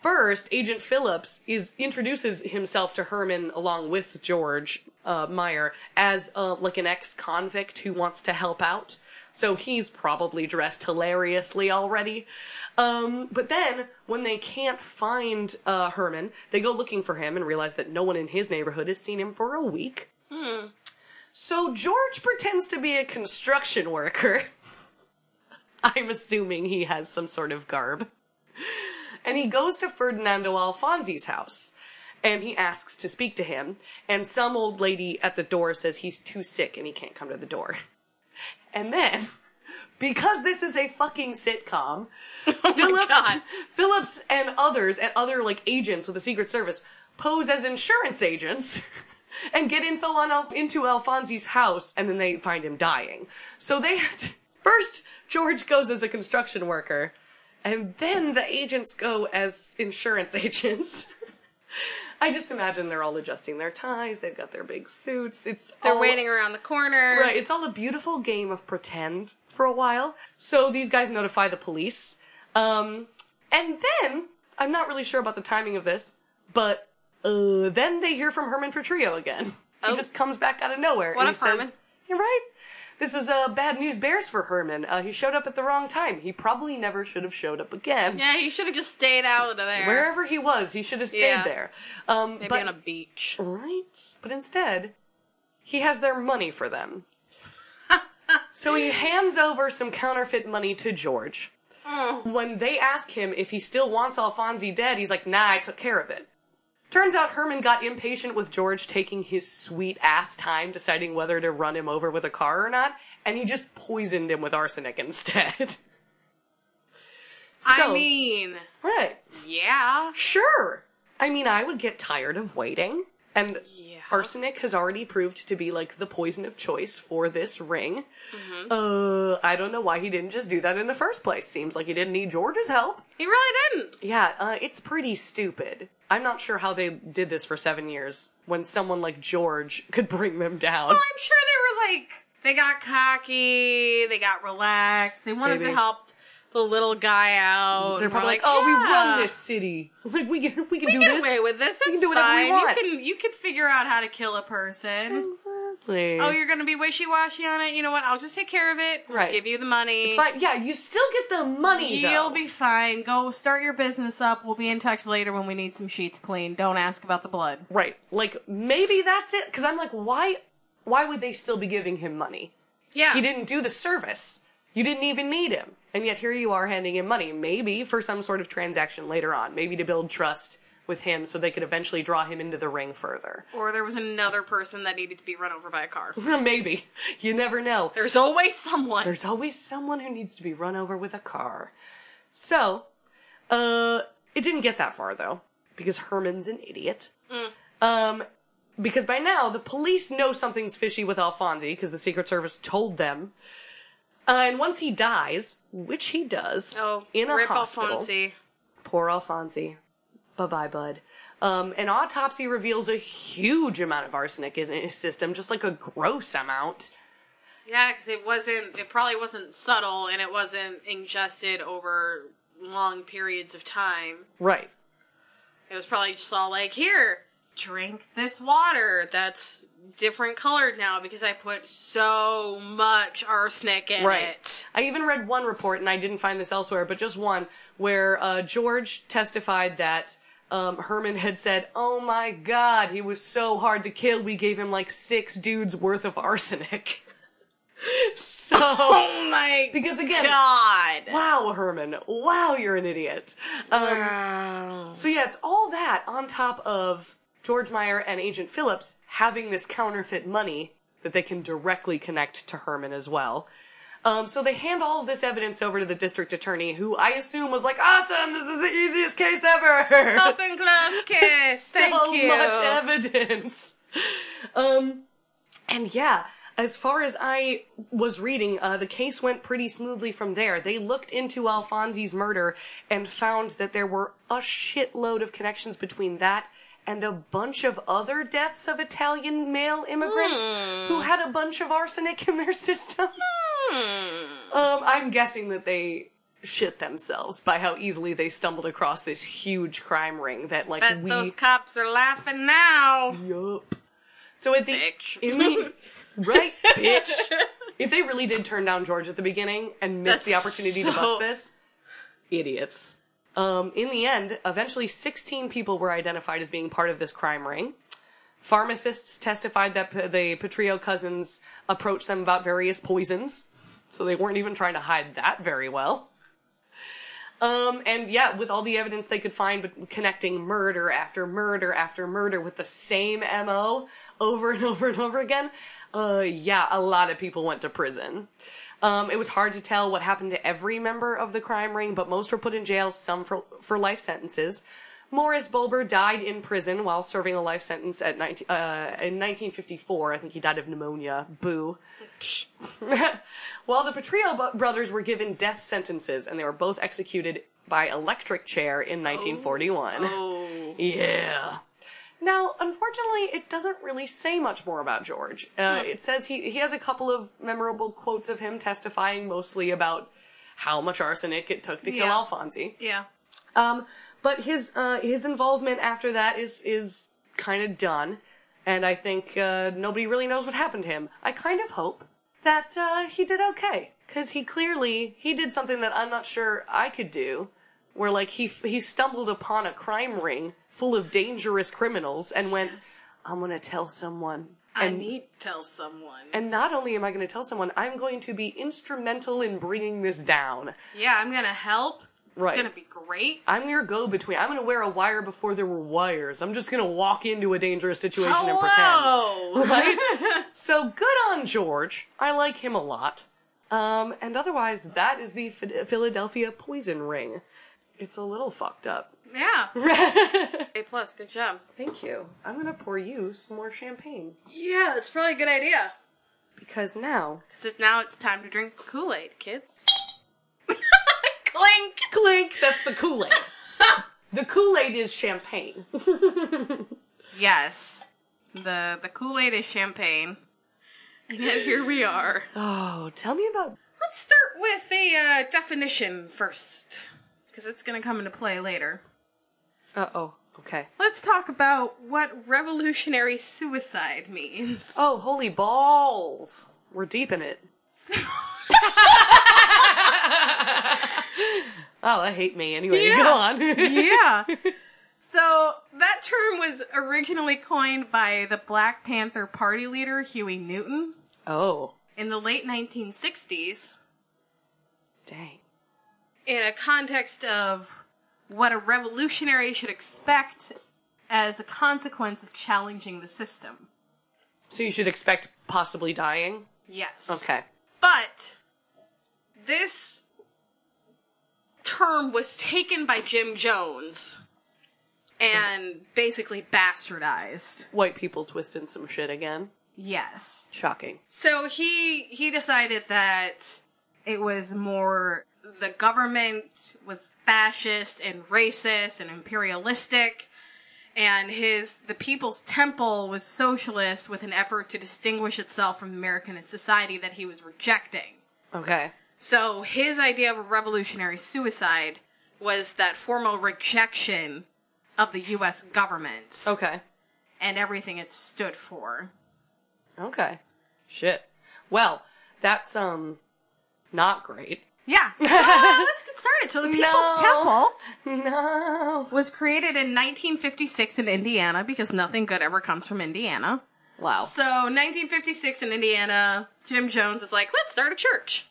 [SPEAKER 2] First, Agent Phillips is introduces himself to Herman along with George uh, Meyer as uh, like an ex-convict who wants to help out. So he's probably dressed hilariously already. Um, but then, when they can't find uh, Herman, they go looking for him and realize that no one in his neighborhood has seen him for a week. So George pretends to be a construction worker. [LAUGHS] I'm assuming he has some sort of garb. And he goes to Ferdinando Alfonsi's house and he asks to speak to him. And some old lady at the door says he's too sick and he can't come to the door. And then, because this is a fucking sitcom, Phillips,
[SPEAKER 1] God.
[SPEAKER 2] Phillips and others and other like agents with the Secret Service pose as insurance agents [LAUGHS] and get info on Alf into Alfonsi's house, and then they find him dying. So they had to- first George goes as a construction worker, and then the agents go as insurance [LAUGHS] agents. I just imagine they're all adjusting their ties. They've got their big suits. It's
[SPEAKER 1] [LAUGHS] They're
[SPEAKER 2] all-
[SPEAKER 1] waiting around the corner.
[SPEAKER 2] Right, it's all a beautiful game of pretend for a while. So these guys notify the police. Um, and then, I'm not really sure about the timing of this, but uh, then they hear from Herman Petrillo again. He
[SPEAKER 1] Oh.
[SPEAKER 2] just comes back out of nowhere.
[SPEAKER 1] What
[SPEAKER 2] and
[SPEAKER 1] up,
[SPEAKER 2] he
[SPEAKER 1] Herman?
[SPEAKER 2] says, "You're right. This is uh, bad news bears for Herman. Uh, he showed up at the wrong time. He probably never should have showed up again.
[SPEAKER 1] Yeah, he should have just stayed out of there.
[SPEAKER 2] Wherever he was, he should have stayed
[SPEAKER 1] Yeah.
[SPEAKER 2] there. Um,
[SPEAKER 1] Maybe
[SPEAKER 2] but
[SPEAKER 1] on a beach.
[SPEAKER 2] Right. But instead, he has their money
[SPEAKER 1] [LAUGHS]
[SPEAKER 2] for them. so he hands over some counterfeit money to George.
[SPEAKER 1] Hmm.
[SPEAKER 2] When they ask him if he still wants Alfonsi dead, he's like, nah, I took care of it. Turns out Herman got impatient with George taking his sweet ass time deciding whether to run him over with a car or not, and he just poisoned him with arsenic instead. [LAUGHS]
[SPEAKER 1] I
[SPEAKER 2] So-
[SPEAKER 1] mean,
[SPEAKER 2] right.
[SPEAKER 1] yeah.
[SPEAKER 2] Sure. I mean, I would get tired of waiting. And
[SPEAKER 1] Yeah.
[SPEAKER 2] arsenic has already proved to be like the poison of choice for this ring.
[SPEAKER 1] Mm-hmm.
[SPEAKER 2] Uh, I don't know why he didn't just do that in the first place. Seems like he didn't need George's help.
[SPEAKER 1] He really didn't.
[SPEAKER 2] Yeah, uh, it's pretty stupid. I'm not sure how they did this for seven years when someone like George could bring them down.
[SPEAKER 1] I'm sure they were like, they got cocky, they got relaxed, they wanted
[SPEAKER 2] Maybe.
[SPEAKER 1] to help the little guy out.
[SPEAKER 2] They're
[SPEAKER 1] and we're
[SPEAKER 2] probably like, "Oh, we
[SPEAKER 1] yeah,
[SPEAKER 2] run this city. Like we can, we can do
[SPEAKER 1] Get
[SPEAKER 2] this.
[SPEAKER 1] away with this. That's
[SPEAKER 2] We can do whatever we
[SPEAKER 1] fine.
[SPEAKER 2] want."
[SPEAKER 1] You can you can figure out how to kill a person.
[SPEAKER 2] Exactly.
[SPEAKER 1] Oh, you're gonna be wishy washy on it. You know what? I'll just take care of it. I'll
[SPEAKER 2] Right.
[SPEAKER 1] give you the money.
[SPEAKER 2] it's fine. Yeah, you still get the money. though.
[SPEAKER 1] You'll be fine. Go start your business up. We'll be in touch later when we need some sheets clean. Don't ask about the blood.
[SPEAKER 2] Right. Like maybe that's it cuz I'm like why why would they still be giving him money?
[SPEAKER 1] Yeah.
[SPEAKER 2] He didn't do the service. You didn't even need him. And yet here you are handing him money maybe for some sort of transaction later on, maybe to build trust with him so they could eventually draw him into the ring further. [LAUGHS]
[SPEAKER 1] Or there was another person that needed to be run over by a car.
[SPEAKER 2] maybe. You never know.
[SPEAKER 1] [LAUGHS] There's always someone.
[SPEAKER 2] There's always someone who needs to be run over with a car. So, uh, it didn't get that far though, because Herman's an idiot.
[SPEAKER 1] Mm.
[SPEAKER 2] Um, because by now the police know something's fishy with Alfonsi, because the Secret Service told them. Uh, and once he dies, which he does,
[SPEAKER 1] oh,
[SPEAKER 2] in a
[SPEAKER 1] rip
[SPEAKER 2] hospital,
[SPEAKER 1] Alfonsi.
[SPEAKER 2] poor Alfonsi. Bye bye, bud. Um, an autopsy reveals a huge amount of arsenic is in his system, just like a gross amount.
[SPEAKER 1] Yeah, because it wasn't. It probably wasn't subtle, and it wasn't ingested over long periods of time.
[SPEAKER 2] Right.
[SPEAKER 1] It was probably just all like, here, drink this water that's different colored now because I put so much arsenic in it.
[SPEAKER 2] I even read one report, and I didn't find this elsewhere, but just one where uh, George testified that um, Herman had said, "Oh my God, he was so hard to kill. We gave him like six dudes worth of arsenic." [LAUGHS] so.
[SPEAKER 1] Oh my
[SPEAKER 2] Because again-
[SPEAKER 1] God.
[SPEAKER 2] Wow, Herman. Wow, you're an idiot. Um,
[SPEAKER 1] Wow.
[SPEAKER 2] so yeah, it's all that on top of George Meyer and Agent Phillips having this counterfeit money that they can directly connect to Herman as well. Um, so they hand all of this evidence over to the district attorney, who I assume was like, "Awesome, this is the easiest case ever."
[SPEAKER 1] [LAUGHS] Open glove kiss. [LAUGHS] Thank
[SPEAKER 2] so
[SPEAKER 1] you.
[SPEAKER 2] much evidence. Um, and yeah, as far as I was reading, uh, the case went pretty smoothly from there. They looked into Alfonsi's murder and found that there were a shitload of connections between that and a bunch of other deaths of Italian male immigrants
[SPEAKER 1] Hmm.
[SPEAKER 2] who had a bunch of arsenic in their system.
[SPEAKER 1] Hmm.
[SPEAKER 2] Um, I'm guessing that they shit themselves by how easily they stumbled across this huge crime ring that like
[SPEAKER 1] Bet
[SPEAKER 2] we
[SPEAKER 1] those cops are laughing now.
[SPEAKER 2] Yup. So at the
[SPEAKER 1] Bitch.
[SPEAKER 2] in the right, bitch. If they really did turn down George at the beginning and missed the
[SPEAKER 1] That's
[SPEAKER 2] opportunity to
[SPEAKER 1] so-
[SPEAKER 2] bust this, idiots. Um, in the end, eventually 16 people were identified as being part of this crime ring. Pharmacists testified that p- the Petrillo cousins approached them about various poisons, so they weren't even trying to hide that very well. Um, and yeah, with all the evidence they could find, but connecting murder after murder after murder with the same MO over and [LAUGHS] over and over again, uh, yeah, a lot of people went to prison. Um, it was hard to tell what happened to every member of the crime ring, but most were put in jail, some for, for life sentences. Morris Bulber died in prison while serving a life sentence at 19, uh, in 1954. I think he died of pneumonia. Boo. While the Petrillo bu- brothers were given death sentences, and they were both executed by electric chair in 1941.
[SPEAKER 1] Oh.
[SPEAKER 2] [LAUGHS] Yeah. Now, unfortunately, it doesn't really say much more about George.
[SPEAKER 1] Hmm.
[SPEAKER 2] Uh, It says he, he has a couple of memorable quotes of him testifying mostly about how much arsenic it took to kill
[SPEAKER 1] Yeah.
[SPEAKER 2] Alfonsi.
[SPEAKER 1] Yeah.
[SPEAKER 2] Um, but his uh, his involvement after that is is kind of done, and I think uh, nobody really knows what happened to him. I kind of hope that uh, he did okay because he clearly he did something that I'm not sure I could do, where like he f- he stumbled upon a crime ring full of dangerous criminals and went, "I'm gonna tell someone
[SPEAKER 1] I need to tell someone.
[SPEAKER 2] And not only am I going to tell someone, I'm going to be instrumental in bringing this down.
[SPEAKER 1] yeah, I'm gonna help. It's
[SPEAKER 2] Right.
[SPEAKER 1] gonna be great.
[SPEAKER 2] I'm your go between. I'm going to wear a wire before there were wires. I'm just going to walk into a dangerous situation and pretend.
[SPEAKER 1] Hello.
[SPEAKER 2] Right? so good on George. I like him a lot. Um, and otherwise, that is the Ph- Philadelphia poison ring. It's a little fucked up. [LAUGHS]
[SPEAKER 1] yeah. A plus. Good job.
[SPEAKER 2] Thank you. I'm going to pour you some more champagne.
[SPEAKER 1] Yeah, that's probably a good idea.
[SPEAKER 2] Because now.
[SPEAKER 1] Because now it's time to drink Kool Aid, kids.
[SPEAKER 2] [LAUGHS] Clink! Clink! That's the Kool Aid. the Kool Aid is champagne. [LAUGHS]
[SPEAKER 1] Yes. The the Kool Aid is champagne. And yet here we are.
[SPEAKER 2] Oh, tell me about.
[SPEAKER 1] Let's start with a uh, definition first, because it's going to come into play later.
[SPEAKER 2] Uh oh. Okay.
[SPEAKER 1] Let's talk about what revolutionary
[SPEAKER 2] [LAUGHS]
[SPEAKER 1] suicide means.
[SPEAKER 2] Oh, holy balls. We're deep in it. [LAUGHS] Oh, I hate me. Anyway,
[SPEAKER 1] Yeah.
[SPEAKER 2] go on.
[SPEAKER 1] yeah. So that term was originally coined by the Black Panther Party leader Huey Newton
[SPEAKER 2] [LAUGHS] Oh,
[SPEAKER 1] in the late 1960s.
[SPEAKER 2] dang.
[SPEAKER 1] in a context of what a revolutionary should expect as a consequence of challenging the system.
[SPEAKER 2] So you should expect possibly dying?
[SPEAKER 1] Yes.
[SPEAKER 2] Okay.
[SPEAKER 1] But this term was taken by Jim Jones and basically bastardized.
[SPEAKER 2] White people twisting some shit again.
[SPEAKER 1] Yes.
[SPEAKER 2] Shocking.
[SPEAKER 1] So he he decided that it was more the government was fascist and racist and imperialistic and his the people's temple was socialist with an effort to distinguish itself from American society that he was rejecting.
[SPEAKER 2] Okay.
[SPEAKER 1] So his idea of a revolutionary suicide was that formal rejection of the US government
[SPEAKER 2] Okay.
[SPEAKER 1] and everything it stood for.
[SPEAKER 2] Okay. Shit. Well, that's, um, not great. [LAUGHS]
[SPEAKER 1] Yeah. So let's get started. So the People's Temple
[SPEAKER 2] No.
[SPEAKER 1] was created in 1956 in Indiana because nothing good ever comes from Indiana.
[SPEAKER 2] Wow.
[SPEAKER 1] So 1956 in Indiana, Jim Jones is like, let's start a church.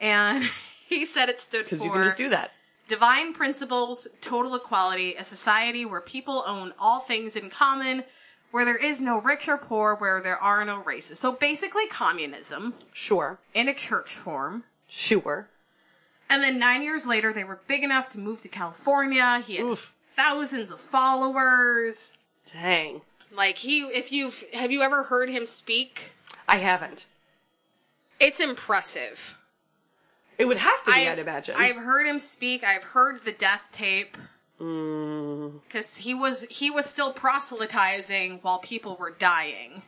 [SPEAKER 1] And [LAUGHS] he said it stood
[SPEAKER 2] Because you can
[SPEAKER 1] for
[SPEAKER 2] just do that.
[SPEAKER 1] divine principles, total equality, a society where people own all things in common, where there is no rich or poor, where there are no races. So basically communism
[SPEAKER 2] Sure.
[SPEAKER 1] in a church form.
[SPEAKER 2] Sure.
[SPEAKER 1] And then nine years later, they were big enough to move to California. He had
[SPEAKER 2] Oof.
[SPEAKER 1] thousands of followers.
[SPEAKER 2] Dang.
[SPEAKER 1] Like he, if you've have you ever heard him speak?
[SPEAKER 2] I haven't.
[SPEAKER 1] It's impressive.
[SPEAKER 2] It would have to be,
[SPEAKER 1] I've-
[SPEAKER 2] I'd imagine.
[SPEAKER 1] I've heard him speak. I've heard the death tape
[SPEAKER 2] Mm.
[SPEAKER 1] because he was he was still proselytizing while people were dying,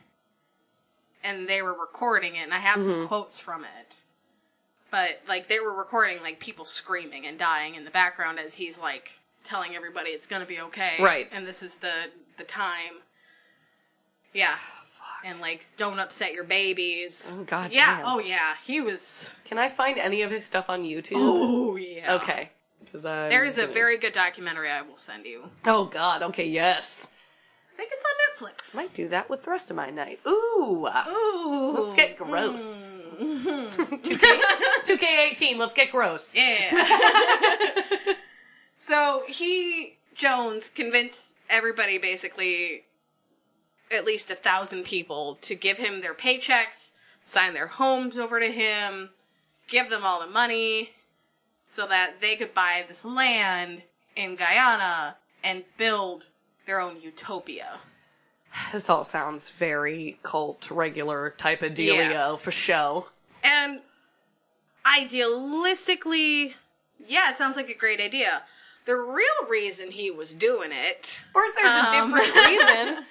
[SPEAKER 1] and they were recording it. And I have
[SPEAKER 2] Mm-hmm.
[SPEAKER 1] some quotes from it, but like they were recording like people screaming and dying in the background as he's like telling everybody it's gonna be okay,
[SPEAKER 2] Right.
[SPEAKER 1] And this is the the time, yeah. And like, don't upset your babies.
[SPEAKER 2] Oh, God
[SPEAKER 1] Yeah.
[SPEAKER 2] damn.
[SPEAKER 1] Oh, yeah. He was.
[SPEAKER 2] Can I find any of his stuff on YouTube? [GASPS]
[SPEAKER 1] Oh, yeah.
[SPEAKER 2] Okay. Because I
[SPEAKER 1] There is a very good documentary I will send you.
[SPEAKER 2] oh god okay yes
[SPEAKER 1] I think it's on Netflix.
[SPEAKER 2] might do that with the rest of my night ooh
[SPEAKER 1] Ooh.
[SPEAKER 2] let's get gross [LAUGHS] 2K, 2k18 let's get gross
[SPEAKER 1] Yeah. [LAUGHS] so he, Jones, convinced everybody basically, at least a thousand people, to give him their paychecks, sign their homes over to him, give them all the money, so that they could buy this land in Guyana and build their own utopia.
[SPEAKER 2] this all sounds very cult regular type of dealio
[SPEAKER 1] Yeah.
[SPEAKER 2] for show
[SPEAKER 1] And idealistically, yeah, it sounds like a great idea. The real reason he was doing it,
[SPEAKER 2] of course there's a
[SPEAKER 1] Um.
[SPEAKER 2] [LAUGHS] different reason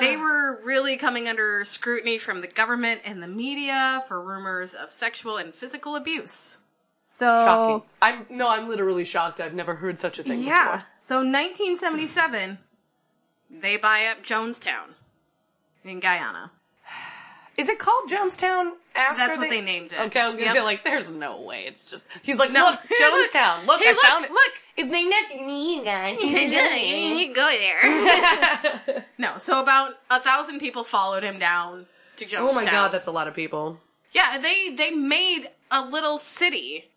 [SPEAKER 1] they were really coming under scrutiny from the government and the media for rumors of sexual and physical abuse. So,
[SPEAKER 2] shocking Oh. i'm no i'm literally shocked i've never heard such a thing
[SPEAKER 1] yeah. So, 1977, they buy up Jonestown in Guyana.
[SPEAKER 2] before Is it called Jonestown after
[SPEAKER 1] That's what they named it.
[SPEAKER 2] Okay, I was gonna
[SPEAKER 1] Yep.
[SPEAKER 2] say like, there's no way. It's just he's like,
[SPEAKER 1] No.
[SPEAKER 2] [LAUGHS] look, Jonestown. Look,
[SPEAKER 1] Hey,
[SPEAKER 2] I
[SPEAKER 1] look,
[SPEAKER 2] found it.
[SPEAKER 1] look.
[SPEAKER 2] it's named after me, you [LAUGHS] guys. You can do it.
[SPEAKER 1] you go there. [LAUGHS] no, so about a thousand people followed him down to Jonestown.
[SPEAKER 2] oh my god, that's a lot of people.
[SPEAKER 1] yeah. They they made a little city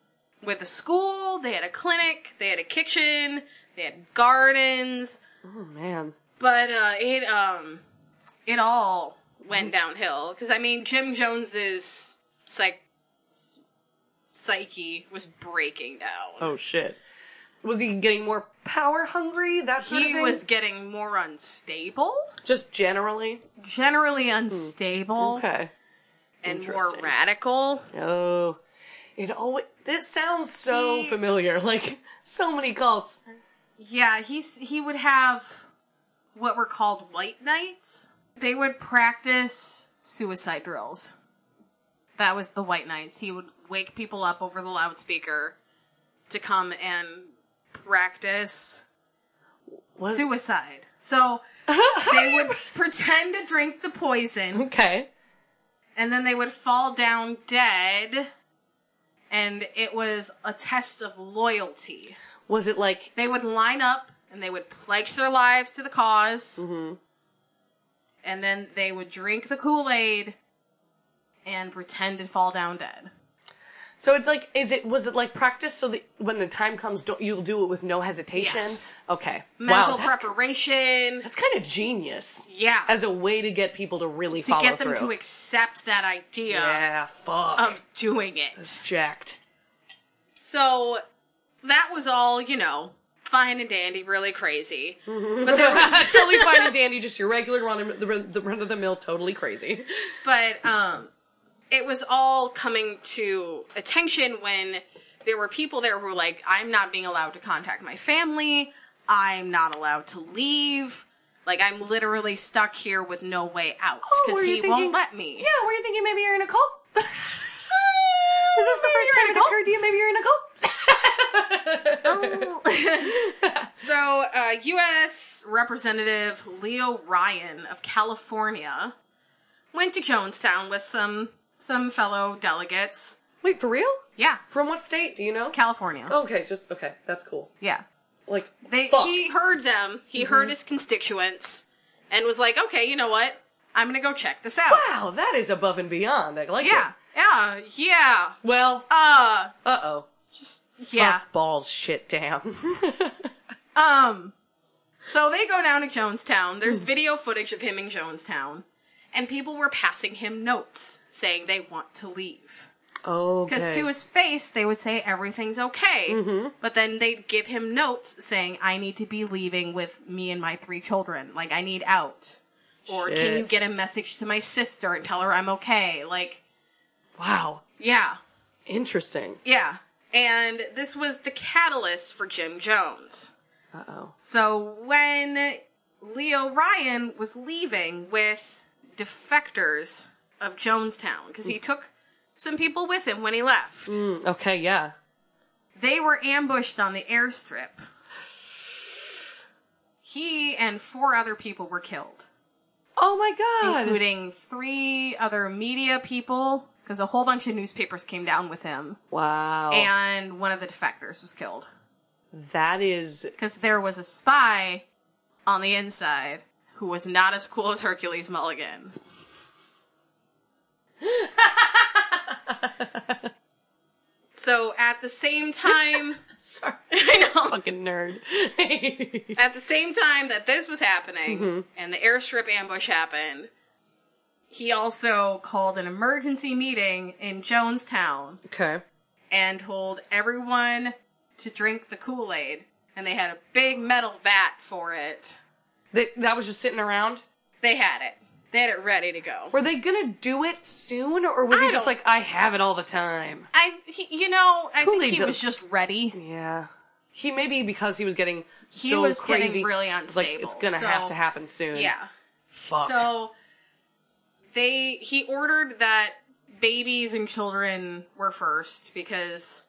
[SPEAKER 1] with a school. They had a clinic. They had a kitchen. They had gardens.
[SPEAKER 2] Oh man.
[SPEAKER 1] But uh, it um it all went downhill because I mean Jim Jones's psych psyche was breaking down.
[SPEAKER 2] Oh shit. Was he getting more power hungry? That sort of
[SPEAKER 1] he
[SPEAKER 2] thing?
[SPEAKER 1] was getting more unstable,
[SPEAKER 2] just generally
[SPEAKER 1] generally unstable,
[SPEAKER 2] Hmm. okay.
[SPEAKER 1] and more
[SPEAKER 2] Interesting.
[SPEAKER 1] radical.
[SPEAKER 2] Oh, it always. This sounds so
[SPEAKER 1] He-
[SPEAKER 2] familiar. Like so many cults.
[SPEAKER 1] Yeah, he's he would have what were called white knights. They would practice suicide drills. That was the white knights. He would wake people up over the loudspeaker to come and practice
[SPEAKER 2] Was-
[SPEAKER 1] suicide. So they would pretend to drink the poison
[SPEAKER 2] [LAUGHS] Okay.
[SPEAKER 1] and then they would fall down dead and it was a test of loyalty.
[SPEAKER 2] Was it like
[SPEAKER 1] they would line up and they would pledge their lives to the because
[SPEAKER 2] Mm-hmm.
[SPEAKER 1] And then they would drink the Kool Aid and pretend to fall down dead.
[SPEAKER 2] so? It's like is it was it like practice so that when the time comes, don't, you'll do it with no hesitation?
[SPEAKER 1] Yes.
[SPEAKER 2] Okay.
[SPEAKER 1] Mental
[SPEAKER 2] wow, that's,
[SPEAKER 1] preparation.
[SPEAKER 2] that's kind of genius
[SPEAKER 1] Yeah.
[SPEAKER 2] as a way to get people to really
[SPEAKER 1] to
[SPEAKER 2] follow
[SPEAKER 1] get them
[SPEAKER 2] through.
[SPEAKER 1] to accept that idea
[SPEAKER 2] yeah. Fuck.
[SPEAKER 1] of doing it.
[SPEAKER 2] Jacked.
[SPEAKER 1] So that was all, you know, fine and dandy,
[SPEAKER 2] [LAUGHS]
[SPEAKER 1] really crazy. But there was
[SPEAKER 2] totally fine and dandy, just your regular run of the, the run of the mill, totally crazy.
[SPEAKER 1] but um it was all coming to attention when there were people there who were like i'm not being allowed to contact my family i'm not allowed to leave like i'm literally stuck here with no way out because
[SPEAKER 2] Oh, were you
[SPEAKER 1] he
[SPEAKER 2] thinking-
[SPEAKER 1] won't let me
[SPEAKER 2] Yeah, were you thinking maybe you're in a [LAUGHS] cult? Was this the first
[SPEAKER 1] you're
[SPEAKER 2] time
[SPEAKER 1] in
[SPEAKER 2] it occurred
[SPEAKER 1] a cult?
[SPEAKER 2] to you? Maybe you're in a cult.
[SPEAKER 1] so uh, us representative leo ryan of california went to jonestown with some some fellow delegates
[SPEAKER 2] Wait, for real?
[SPEAKER 1] yeah
[SPEAKER 2] From what state? Do you know?
[SPEAKER 1] california
[SPEAKER 2] Okay, just okay. That's cool.
[SPEAKER 1] yeah
[SPEAKER 2] Like
[SPEAKER 1] They,
[SPEAKER 2] fuck. Mm-hmm.
[SPEAKER 1] he heard them. He heard his constituents, and was like, "Okay, you know what? I'm gonna go check this out."
[SPEAKER 2] wow, that is above and beyond. I like
[SPEAKER 1] Yeah,
[SPEAKER 2] it.
[SPEAKER 1] yeah, yeah.
[SPEAKER 2] Well,
[SPEAKER 1] Uh,
[SPEAKER 2] uh oh.
[SPEAKER 1] yeah.
[SPEAKER 2] balls shit [LAUGHS] down.
[SPEAKER 1] Um, so they go down to Jonestown. There's
[SPEAKER 2] Hmm.
[SPEAKER 1] video footage of him in Jonestown, and people were passing him notes saying they want to leave.
[SPEAKER 2] okay.
[SPEAKER 1] Because to his face, they would say everything's okay, but then they'd give him notes saying, "I need to be leaving with me and my three children. Like I need out." Or can you
[SPEAKER 2] Shit.
[SPEAKER 1] get a message to my sister and tell her I'm okay? Like,
[SPEAKER 2] wow.
[SPEAKER 1] yeah,
[SPEAKER 2] Interesting.
[SPEAKER 1] yeah. And this was the catalyst for Jim Jones.
[SPEAKER 2] Uh oh.
[SPEAKER 1] So when Leo Ryan was leaving with defectors of Jonestown, because he took some people with him when he left.
[SPEAKER 2] Hmm, Okay, yeah.
[SPEAKER 1] They were ambushed on the airstrip. He and four other people were killed,
[SPEAKER 2] Oh my god.
[SPEAKER 1] including three other media people, because a whole bunch of newspapers came down with him,
[SPEAKER 2] wow.
[SPEAKER 1] and one of the defectors was killed.
[SPEAKER 2] that is
[SPEAKER 1] Because there was a spy on the inside who was not as cool as Hercules Mulligan. so at the same time,
[SPEAKER 2] sorry.
[SPEAKER 1] [LAUGHS] I know.
[SPEAKER 2] Fucking nerd. [LAUGHS]
[SPEAKER 1] at the same time that this was happening
[SPEAKER 2] Mm-hmm.
[SPEAKER 1] and the airstrip ambush happened, he also called an emergency meeting in Jonestown
[SPEAKER 2] okay.
[SPEAKER 1] and told everyone to drink the Kool Aid. And they had a big metal vat for it.
[SPEAKER 2] That that was just sitting around.
[SPEAKER 1] They had it. They had it ready to go.
[SPEAKER 2] Were they gonna do it soon, or was
[SPEAKER 1] I
[SPEAKER 2] he just
[SPEAKER 1] don't-
[SPEAKER 2] like, I have it all the time?
[SPEAKER 1] I, he, you know, I
[SPEAKER 2] Kool-Aid
[SPEAKER 1] think he
[SPEAKER 2] does-
[SPEAKER 1] was just ready.
[SPEAKER 2] Yeah. He maybe because he was getting so
[SPEAKER 1] He was
[SPEAKER 2] crazy,
[SPEAKER 1] getting really
[SPEAKER 2] it's like,
[SPEAKER 1] unstable,
[SPEAKER 2] it's gonna
[SPEAKER 1] so-
[SPEAKER 2] have to happen soon.
[SPEAKER 1] Yeah.
[SPEAKER 2] Fuck.
[SPEAKER 1] So they he ordered that babies and children were first because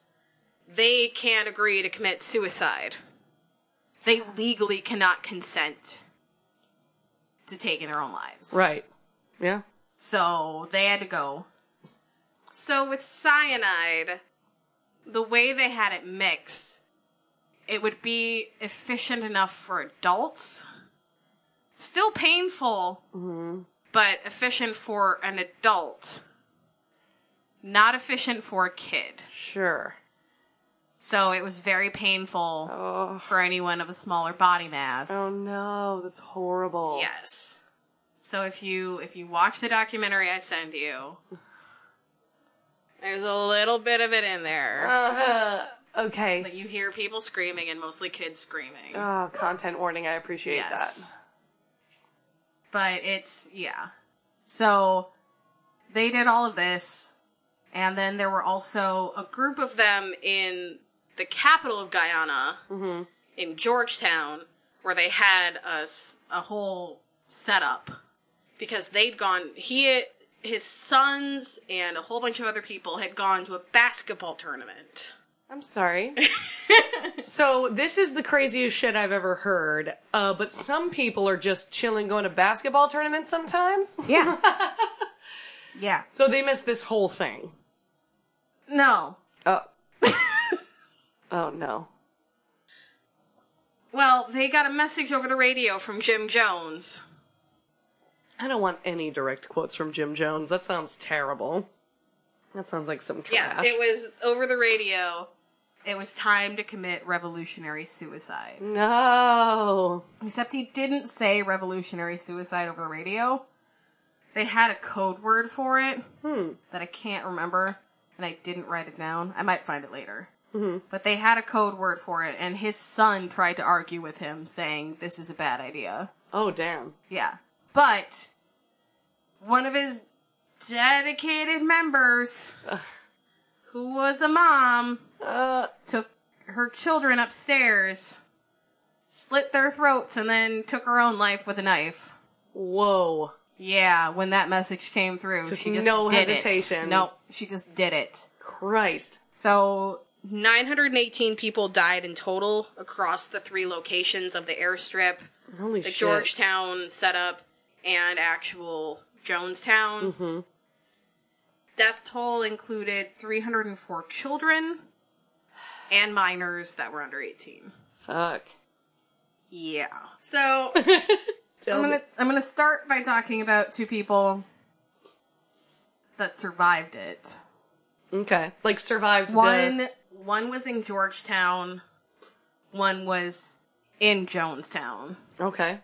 [SPEAKER 1] they can't agree to commit suicide. They legally cannot consent to taking their own lives.
[SPEAKER 2] right. Yeah.
[SPEAKER 1] So they had to go. So with cyanide, the way they had it mixed, it would be efficient enough for adults. Still painful, Mm-hmm. but efficient for an adult. Not efficient for a kid.
[SPEAKER 2] Sure.
[SPEAKER 1] So it was very painful
[SPEAKER 2] Oh.
[SPEAKER 1] for anyone of a smaller body mass.
[SPEAKER 2] Oh no, that's horrible.
[SPEAKER 1] Yes. So if you if you watch the documentary I send you, there's a little bit of it in there.
[SPEAKER 2] Uh, [LAUGHS] okay.
[SPEAKER 1] But you hear people screaming and mostly kids screaming.
[SPEAKER 2] Oh, content warning. I appreciate
[SPEAKER 1] yes. But it's yeah. So they did all of this and then there were also a group of them in the capital of Guyana
[SPEAKER 2] that. hmm
[SPEAKER 1] in Georgetown where they had a, s- a whole setup because they'd gone he his sons and a whole bunch of other people had gone to a basketball tournament.
[SPEAKER 2] I'm
[SPEAKER 1] [LAUGHS]
[SPEAKER 2] sorry. so this is the craziest shit I've ever heard. Uh, but some people are just chilling, going to basketball tournaments sometimes.
[SPEAKER 1] Yeah. yeah.
[SPEAKER 2] So they missed this whole thing.
[SPEAKER 1] No.
[SPEAKER 2] Oh. [LAUGHS] oh no.
[SPEAKER 1] Well, they got a message over the radio from Jim Jones.
[SPEAKER 2] I don't want any direct quotes from Jim Jones. That sounds terrible. That sounds like some
[SPEAKER 1] Yeah,
[SPEAKER 2] trash.
[SPEAKER 1] it was over the radio. It was time to commit revolutionary suicide.
[SPEAKER 2] no.
[SPEAKER 1] Except he didn't say revolutionary suicide over the radio. They had a code word for it that I can't remember, and I didn't write it down. I might find it later. But they had a code word for it, and his son tried to argue with him, saying, This is a bad idea.
[SPEAKER 2] Oh damn.
[SPEAKER 1] Yeah. But one of his dedicated members, who was a mom,
[SPEAKER 2] Uh.
[SPEAKER 1] took her children upstairs, slit their throats, and then took her own life with a knife.
[SPEAKER 2] Whoa.
[SPEAKER 1] Yeah, when that message came through,
[SPEAKER 2] Just
[SPEAKER 1] she just
[SPEAKER 2] no
[SPEAKER 1] did It.
[SPEAKER 2] hesitation.
[SPEAKER 1] Nope, she just did it.
[SPEAKER 2] Christ.
[SPEAKER 1] So. 918 people died in total across the three locations of the airstrip
[SPEAKER 2] Holy
[SPEAKER 1] the
[SPEAKER 2] shit.
[SPEAKER 1] Georgetown setup and actual Jonestown.
[SPEAKER 2] Mm-hmm.
[SPEAKER 1] Death toll included 304 children and minors that were under 18.
[SPEAKER 2] Fuck.
[SPEAKER 1] Yeah. So
[SPEAKER 2] Tell
[SPEAKER 1] I'm
[SPEAKER 2] me-
[SPEAKER 1] gonna I'm gonna start by talking about two people that survived it.
[SPEAKER 2] Okay. Like survived
[SPEAKER 1] One
[SPEAKER 2] the
[SPEAKER 1] one was in Georgetown. One was in Jonestown.
[SPEAKER 2] Okay.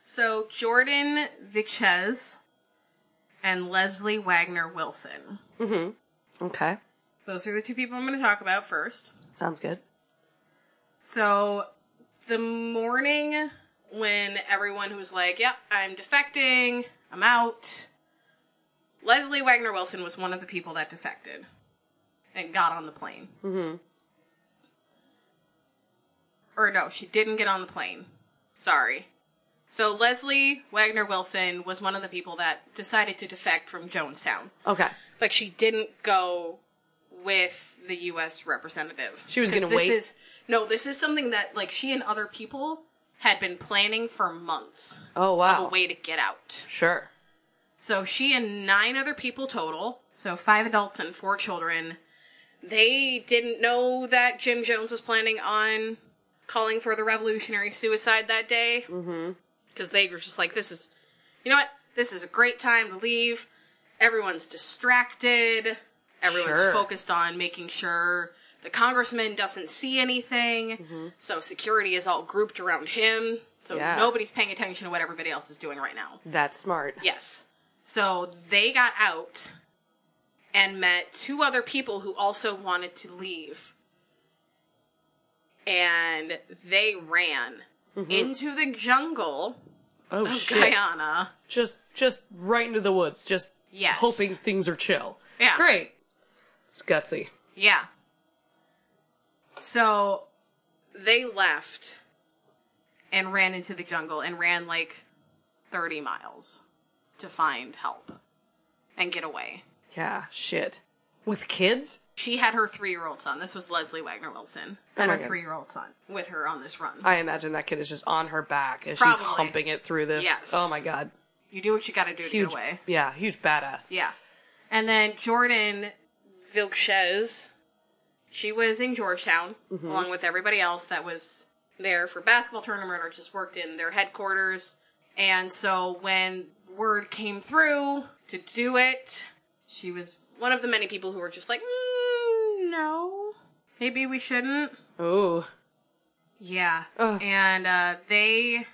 [SPEAKER 1] So Jordan Vichez and Leslie Wagner Wilson.
[SPEAKER 2] Okay.
[SPEAKER 1] Those are the two people I'm going to talk about first.
[SPEAKER 2] Sounds good.
[SPEAKER 1] So the morning when everyone who was like, "Yep, I'm defecting. I'm out." Leslie Wagner Wilson was one of the people that defected and got on the plane. Mm-hmm. Or no, she didn't get on the plane. Sorry. So Leslie Wagner Wilson was one of the people that decided to defect from Jonestown,
[SPEAKER 2] Okay.
[SPEAKER 1] but she didn't go with the U.S. representative.
[SPEAKER 2] She was
[SPEAKER 1] 'Cause
[SPEAKER 2] gonna
[SPEAKER 1] this
[SPEAKER 2] wait?
[SPEAKER 1] Is, no, this is something that like she and other people had been planning for months.
[SPEAKER 2] Oh
[SPEAKER 1] A
[SPEAKER 2] wow.
[SPEAKER 1] way to get out.
[SPEAKER 2] Sure.
[SPEAKER 1] So she and nine other people total, so five adults and four children, they didn't know that Jim Jones was planning on calling for the revolutionary suicide that day. Mm-hmm. Because they were just like, this is, you know what? This is a great time to leave. Everyone's distracted. Everyone's
[SPEAKER 2] Sure.
[SPEAKER 1] focused on making sure the congressman doesn't see anything. So security is all grouped around him. So
[SPEAKER 2] Mm-hmm. Yeah.
[SPEAKER 1] nobody's paying attention to what everybody else is doing right now.
[SPEAKER 2] That's smart.
[SPEAKER 1] Yes. So they got out and met two other people who also wanted to leave. And they ran into the jungle
[SPEAKER 2] Oh,
[SPEAKER 1] of
[SPEAKER 2] Mm-hmm. shit.
[SPEAKER 1] Guyana.
[SPEAKER 2] Just just right into the woods. Just
[SPEAKER 1] Yes.
[SPEAKER 2] hoping things are chill.
[SPEAKER 1] Yeah.
[SPEAKER 2] Great. It's gutsy.
[SPEAKER 1] Yeah. So they left and ran into the jungle and ran like 30 miles to find help and get away.
[SPEAKER 2] Yeah. Shit. With kids?
[SPEAKER 1] She had her three year old son. This was Leslie Wagner Wilson. Had
[SPEAKER 2] Oh my
[SPEAKER 1] her
[SPEAKER 2] God.
[SPEAKER 1] three year old son with her on this run.
[SPEAKER 2] I imagine that kid is just on her back as she's
[SPEAKER 1] Probably.
[SPEAKER 2] humping it through this.
[SPEAKER 1] Yes.
[SPEAKER 2] Oh my god.
[SPEAKER 1] You do what you gotta do to
[SPEAKER 2] Huge,
[SPEAKER 1] get away.
[SPEAKER 2] yeah, huge badass.
[SPEAKER 1] Yeah. And then Jordan Vilches, she was in Georgetown
[SPEAKER 2] Mm-hmm.
[SPEAKER 1] along with everybody else that was there for basketball tournament or just worked in their headquarters. And so when word came through to do it, she was one of the many people who were just like, mm, no, maybe we shouldn't.
[SPEAKER 2] Oh,
[SPEAKER 1] Yeah.
[SPEAKER 2] Ugh.
[SPEAKER 1] And uh, they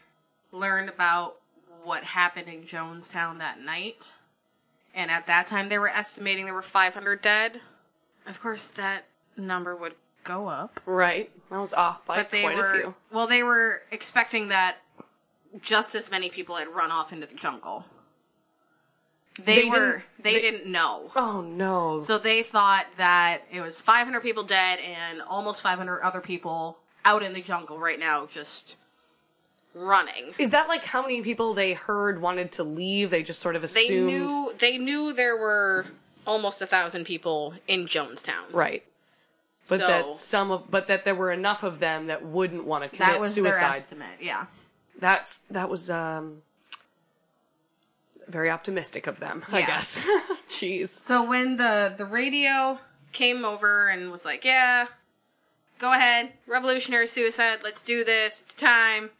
[SPEAKER 1] learned about what happened in Jonestown that night. And at that time, they were estimating there were 500 dead. Of course, that number would go up.
[SPEAKER 2] right. I was off by
[SPEAKER 1] But they
[SPEAKER 2] quite
[SPEAKER 1] were.
[SPEAKER 2] a few.
[SPEAKER 1] Well, they were expecting that just as many people had run off into the jungle. They,
[SPEAKER 2] They
[SPEAKER 1] were.
[SPEAKER 2] didn't-
[SPEAKER 1] they didn't know.
[SPEAKER 2] Oh no.
[SPEAKER 1] So they thought that it was 500 people dead and almost 500 other people out in the jungle right now just running.
[SPEAKER 2] is that like how many people they heard wanted to leave? They just sort of
[SPEAKER 1] They
[SPEAKER 2] assumed.
[SPEAKER 1] knew they knew there were almost a thousand people in Jonestown.
[SPEAKER 2] Right. But
[SPEAKER 1] so
[SPEAKER 2] that some of, but that there were enough of them that wouldn't want to commit
[SPEAKER 1] that was
[SPEAKER 2] suicide.
[SPEAKER 1] their estimate. Yeah.
[SPEAKER 2] That's that was um very optimistic of them, I
[SPEAKER 1] Yeah.
[SPEAKER 2] guess. [LAUGHS] Jeez.
[SPEAKER 1] So when the the radio came over and was like, "Yeah, go ahead, revolutionary suicide. Let's do this. It's time."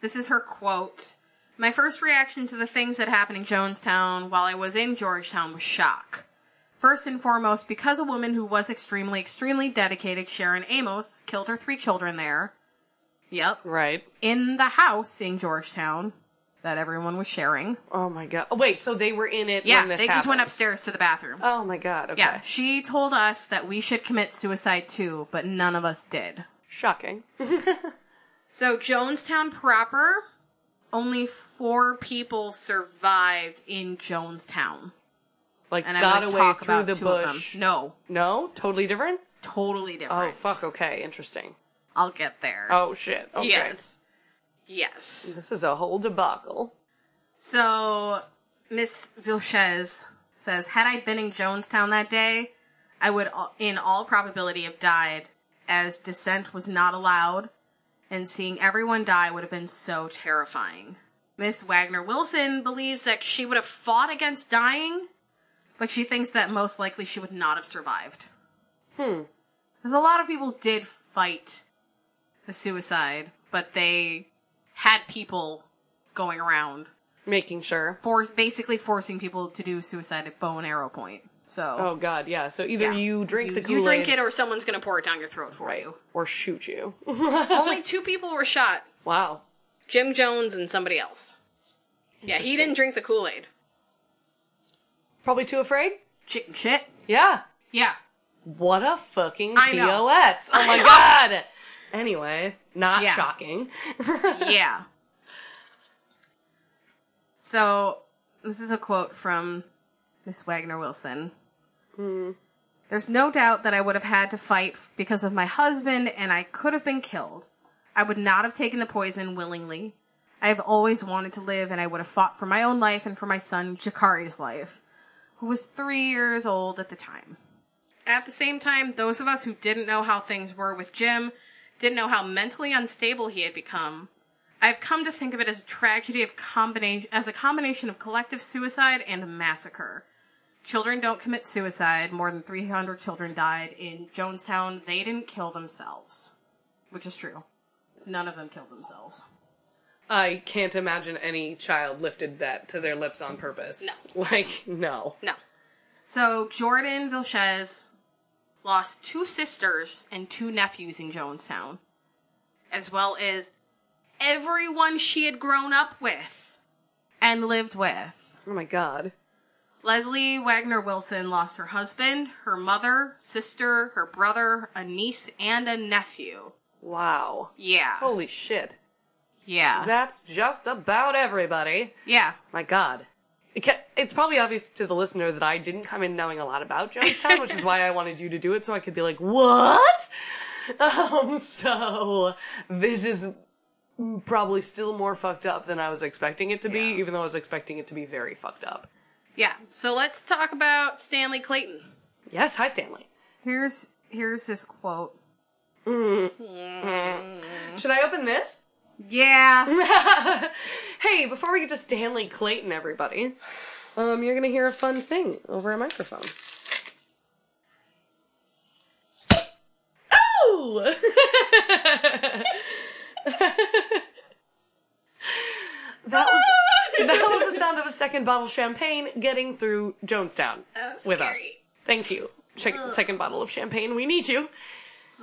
[SPEAKER 1] This is her quote. My first reaction to the things that happened in Jonestown while I was in Georgetown was shock. First and foremost, because a woman who was extremely, extremely dedicated, Sharon Amos, killed her three children there. Yep.
[SPEAKER 2] Right.
[SPEAKER 1] In the house in Georgetown that everyone was sharing.
[SPEAKER 2] Oh my god. Oh, wait, so they were in it
[SPEAKER 1] Yeah,
[SPEAKER 2] when
[SPEAKER 1] they
[SPEAKER 2] this
[SPEAKER 1] just went
[SPEAKER 2] happened.
[SPEAKER 1] upstairs to the bathroom.
[SPEAKER 2] Oh my god. Okay.
[SPEAKER 1] Yeah, she told us that we should commit suicide too, but none of us did.
[SPEAKER 2] Shocking. [LAUGHS]
[SPEAKER 1] So, Jonestown proper, only four people survived in Jonestown.
[SPEAKER 2] Like
[SPEAKER 1] And I'm
[SPEAKER 2] got
[SPEAKER 1] gonna
[SPEAKER 2] away
[SPEAKER 1] talk
[SPEAKER 2] through
[SPEAKER 1] about
[SPEAKER 2] the
[SPEAKER 1] two
[SPEAKER 2] bush.
[SPEAKER 1] of them. No,
[SPEAKER 2] No? Totally different?
[SPEAKER 1] totally
[SPEAKER 2] Oh
[SPEAKER 1] different.
[SPEAKER 2] fuck, okay, interesting.
[SPEAKER 1] I'll get there.
[SPEAKER 2] Oh shit. Okay.
[SPEAKER 1] Yes. Yes.
[SPEAKER 2] This is a whole debacle.
[SPEAKER 1] So, Miss Vilches says, had I been in Jonestown that day, I would, al- in all probability, have died, as dissent was not allowed, and seeing everyone die would have been so terrifying. Miss Wagner Wilson believes that she would have fought against dying, but she thinks that most likely she would not have survived. Hmm. Because a lot of people did fight the suicide, but they had people going around
[SPEAKER 2] Making sure.
[SPEAKER 1] force basically forcing people to do suicide at bow and arrow point. So
[SPEAKER 2] Oh god, yeah. So either
[SPEAKER 1] yeah.
[SPEAKER 2] you drink
[SPEAKER 1] you,
[SPEAKER 2] the
[SPEAKER 1] you
[SPEAKER 2] Kool-Aid
[SPEAKER 1] drink it, or someone's gonna pour it down your throat for
[SPEAKER 2] [LAUGHS]
[SPEAKER 1] you.
[SPEAKER 2] or shoot you.
[SPEAKER 1] Only two people were shot:
[SPEAKER 2] wow.
[SPEAKER 1] Jim Jones and somebody else. Yeah, he didn't drink the Kool Aid.
[SPEAKER 2] Probably too afraid?
[SPEAKER 1] Chicken shit.
[SPEAKER 2] Yeah.
[SPEAKER 1] Yeah.
[SPEAKER 2] What a fucking
[SPEAKER 1] I
[SPEAKER 2] [LAUGHS]
[SPEAKER 1] know.
[SPEAKER 2] POS. Oh my god. Anyway, not
[SPEAKER 1] Yeah.
[SPEAKER 2] shocking.
[SPEAKER 1] yeah. So, this is a quote from Miss Wagner Wilson. There's no doubt that I would have had to fight f- because of my husband, and I could have been killed. I would not have taken the poison willingly. I have always wanted to live, and I would have fought for my own life and for my son, Jakari's life, who was three years old at the time. At the same time, those of us who didn't know how things were with Jim, didn't know how mentally unstable he had become, I've come to think of it as a tragedy of combination as a combination of collective suicide and massacre. Children don't commit suicide. More than 300 children died in Jonestown. They didn't kill themselves, which is true. None of them killed themselves.
[SPEAKER 2] I can't imagine any child lifted that to their lips on purpose. [LAUGHS] Like, no.
[SPEAKER 1] No. So Jordan Vilches lost two sisters and two nephews in Jonestown, as well as everyone she had grown up with and lived with.
[SPEAKER 2] Oh my god.
[SPEAKER 1] Leslie Wagner Wilson lost her husband, her mother, sister, her brother, a niece, and a nephew.
[SPEAKER 2] Wow.
[SPEAKER 1] Yeah.
[SPEAKER 2] Holy shit.
[SPEAKER 1] yeah.
[SPEAKER 2] That's just about everybody.
[SPEAKER 1] yeah.
[SPEAKER 2] My god. It ca- It's probably obvious to the listener that I didn't come in knowing a lot about Jonestown, which is why I wanted you to do it so I could be like, what? [LAUGHS] Um, so this is probably still more fucked up than I was expecting it to be, even though I was expecting it to be very fucked up.
[SPEAKER 1] Yeah. So let's talk about Stanley Clayton.
[SPEAKER 2] Yes, hi Stanley.
[SPEAKER 1] Here's here's this quote.
[SPEAKER 2] Should I open this?
[SPEAKER 1] Yeah. [LAUGHS]
[SPEAKER 2] hey, before we get to Stanley Clayton, everybody, um, you're gonna hear a fun thing over a microphone. Oh! [LAUGHS] that was
[SPEAKER 1] [LAUGHS]
[SPEAKER 2] that was the sound of a second bottle of champagne getting through Jonestown
[SPEAKER 1] That was
[SPEAKER 2] with us.
[SPEAKER 1] scary.
[SPEAKER 2] Thank you. Check second bottle of champagne. We need you.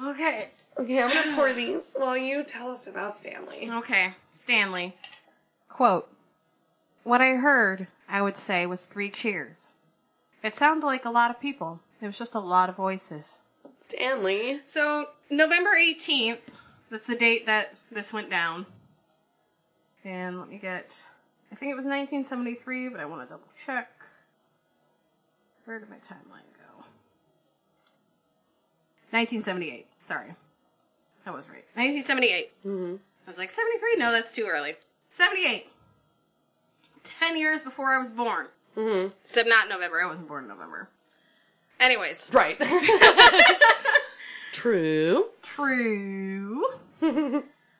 [SPEAKER 1] Okay.
[SPEAKER 2] Okay, I'm gonna pour these while you tell us about Stanley.
[SPEAKER 1] Okay. Stanley. Quote What I heard, I would say, was three cheers. It sounded like a lot of people. It was just a lot of voices.
[SPEAKER 2] Stanley.
[SPEAKER 1] So, November 18th, that's the date that this went down. And let me get, I think it was 1973, but I want to double check. Where did my timeline go? 1978, sorry. I was right. 1978. Mm-hmm. I was like, 73? No, that's too early. 78. 10 years before I was born. Mm-hmm. Except not November. I wasn't born in November. Anyways.
[SPEAKER 2] Right. [LAUGHS] True.
[SPEAKER 1] True.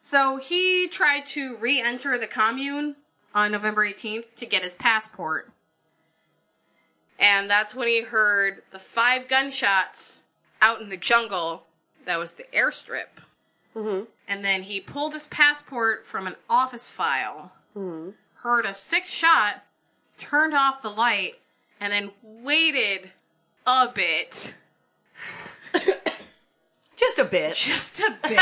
[SPEAKER 1] so he tried to re enter the commune on November 18th to get his passport. And that's when he heard the five gunshots out in the jungle. That was the airstrip. And then he pulled his passport from an office file, heard a six shot, turned off the light, and then waited a bit
[SPEAKER 2] Just a bit.
[SPEAKER 1] just a bit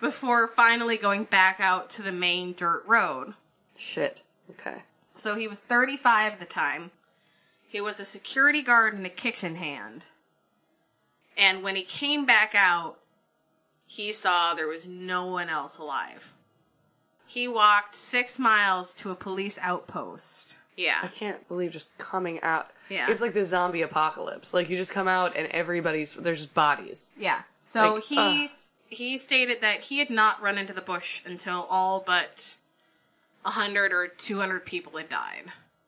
[SPEAKER 1] before finally going back out to the main dirt road.
[SPEAKER 2] Shit. Okay.
[SPEAKER 1] So he was 35 at the time. He was a security guard and a kitchen hand. And when he came back out, he saw there was no one else alive. He walked six miles to a police outpost.
[SPEAKER 2] I
[SPEAKER 1] Yeah.
[SPEAKER 2] can't believe just coming out.
[SPEAKER 1] Yeah.
[SPEAKER 2] It's like the zombie apocalypse. Like you just come out and everybody's there's just bodies.
[SPEAKER 1] Yeah. So
[SPEAKER 2] Like,
[SPEAKER 1] he he stated that he had not run into the bush until all but a hundred or two hundred people had died.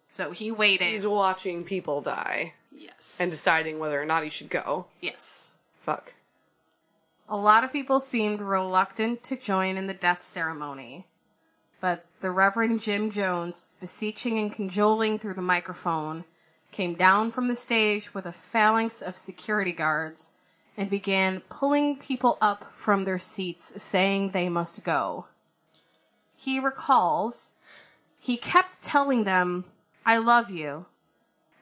[SPEAKER 1] So he waited.
[SPEAKER 2] He's watching people die
[SPEAKER 1] yes.
[SPEAKER 2] and deciding whether or not he should go.
[SPEAKER 1] yes.
[SPEAKER 2] Fuck.
[SPEAKER 1] A lot of people seemed reluctant to join in the death ceremony, but the Reverend Jim Jones, beseeching and cajoling through the microphone, came down from the stage with a phalanx of security guards and began pulling people up from their seats, saying they must go. He recalls he kept telling them, I love you.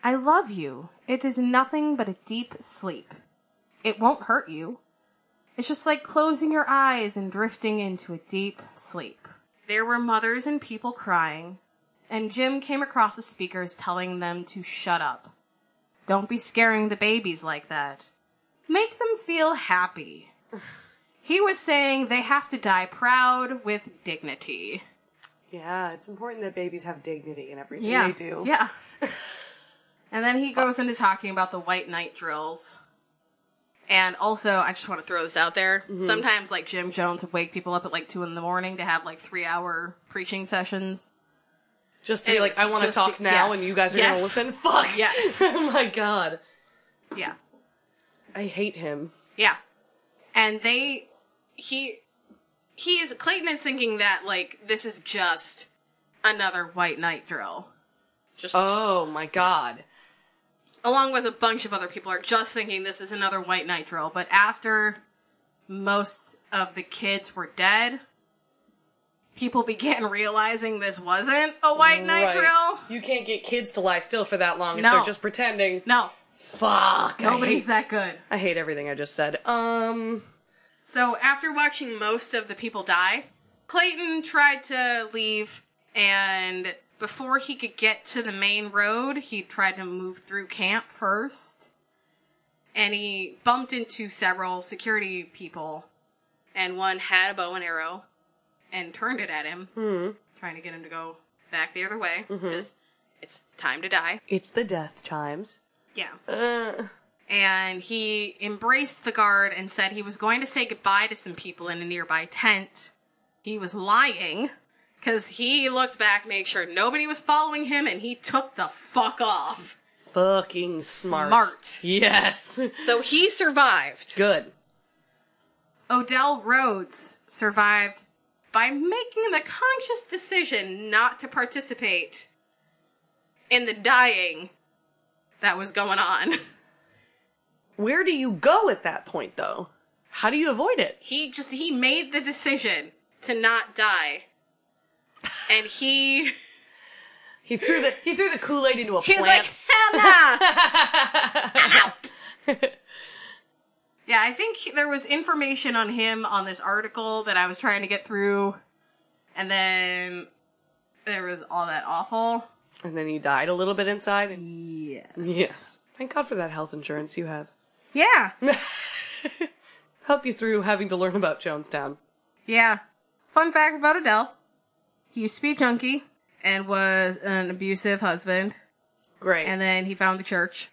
[SPEAKER 1] I love you. It is nothing but a deep sleep. It won't hurt you. It's just like closing your eyes and drifting into a deep sleep. There were mothers and people crying, and Jim came across the speakers telling them to shut up. Don't be scaring the babies like that. Make them feel happy. He was saying they have to die proud with dignity.
[SPEAKER 2] Yeah, it's important that babies have dignity and everything
[SPEAKER 1] Yeah.
[SPEAKER 2] they do.
[SPEAKER 1] Yeah. [LAUGHS] and then he goes into talking about the white knight drills. And also, I just want to throw this out there. Sometimes, like, Jim Jones would wake people up at like 2 in the morning to have like three hour preaching sessions.
[SPEAKER 2] Just to
[SPEAKER 1] Anyways,
[SPEAKER 2] be like, I want to
[SPEAKER 1] just
[SPEAKER 2] talk
[SPEAKER 1] to-
[SPEAKER 2] now,
[SPEAKER 1] yes.
[SPEAKER 2] and you guys are
[SPEAKER 1] Yes.
[SPEAKER 2] gonna listen. Fuck
[SPEAKER 1] Yes.
[SPEAKER 2] [LAUGHS] oh my god,
[SPEAKER 1] Yeah.
[SPEAKER 2] I hate him.
[SPEAKER 1] Yeah. And they, he, he is, Clayton is thinking that, like, this is just another white knight drill. Just
[SPEAKER 2] Oh my god.
[SPEAKER 1] along with a bunch of other people, are just thinking this is another white night drill. But after most of the kids were dead, people began [LAUGHS] realizing this wasn't a white night
[SPEAKER 2] Right.
[SPEAKER 1] drill.
[SPEAKER 2] You can't get kids to lie still for that long if
[SPEAKER 1] No.
[SPEAKER 2] they're just pretending.
[SPEAKER 1] No,
[SPEAKER 2] Fuck.
[SPEAKER 1] nobody's
[SPEAKER 2] I hate,
[SPEAKER 1] that good.
[SPEAKER 2] I hate everything I just said. Um.
[SPEAKER 1] So after watching most of the people die, Clayton tried to leave, and before he could get to the main road, he tried to move through camp first. And he bumped into several security people, and one had a bow and arrow and turned it at him, trying to get him to go back the other way because it's time to die.
[SPEAKER 2] It's the death chimes.
[SPEAKER 1] Yeah
[SPEAKER 2] Uh,
[SPEAKER 1] and he embraced the guard and said he was going to say goodbye to some people in a nearby tent. He was lying because he looked back, made sure nobody was following him, and he took the fuck off.
[SPEAKER 2] fucking smart.
[SPEAKER 1] Smart.
[SPEAKER 2] Yes. [LAUGHS]
[SPEAKER 1] So he survived.
[SPEAKER 2] Good.
[SPEAKER 1] Odell Rhodes survived by making the conscious decision not to participate in the dying that was going on. [LAUGHS]
[SPEAKER 2] Where do you go at that point, though? How do you avoid it?
[SPEAKER 1] He just he made the decision to not die. And he
[SPEAKER 2] He threw the he threw the Kool Aid into a
[SPEAKER 1] [LAUGHS] He's like,
[SPEAKER 2] plant.
[SPEAKER 1] hell nah! [LAUGHS] I'm out! yeah, I think there was information on him on this article that I was trying to get through, and then there was all that awful.
[SPEAKER 2] and then he died a little bit inside. And,
[SPEAKER 1] Yes.
[SPEAKER 2] yes. Thank God for that health insurance you have.
[SPEAKER 1] [LAUGHS] Yeah.
[SPEAKER 2] Help you through having to learn about Jonestown.
[SPEAKER 1] Yeah. Fun fact about Adele. He used to be a junkie and was an abusive husband.
[SPEAKER 2] Great.
[SPEAKER 1] and then he found the church.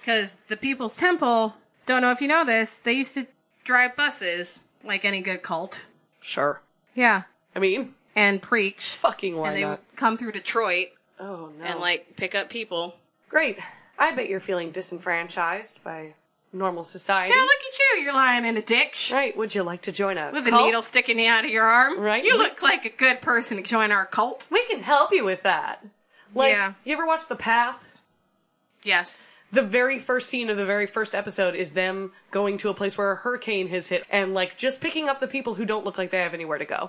[SPEAKER 1] Because the People's Temple, don't know if you know this, they used to drive buses like any good cult.
[SPEAKER 2] sure.
[SPEAKER 1] Yeah.
[SPEAKER 2] I mean,
[SPEAKER 1] And preach.
[SPEAKER 2] fucking why
[SPEAKER 1] and they
[SPEAKER 2] not?
[SPEAKER 1] would come through Detroit
[SPEAKER 2] Oh no.
[SPEAKER 1] and like pick up people.
[SPEAKER 2] Great. I bet you're feeling disenfranchised by normal society.
[SPEAKER 1] Yeah, look at you. You're lying in a ditch
[SPEAKER 2] Right. Would you like to join a
[SPEAKER 1] with a
[SPEAKER 2] cult?
[SPEAKER 1] needle sticking out of your arm.
[SPEAKER 2] Right.
[SPEAKER 1] You look like a good person to join our cult.
[SPEAKER 2] We can help you with that. Like,
[SPEAKER 1] Yeah.
[SPEAKER 2] you ever watch The Path?
[SPEAKER 1] Yes.
[SPEAKER 2] The very first scene of the very first episode is them going to a place where a hurricane has hit and like just picking up the people who don't look like they have anywhere to go.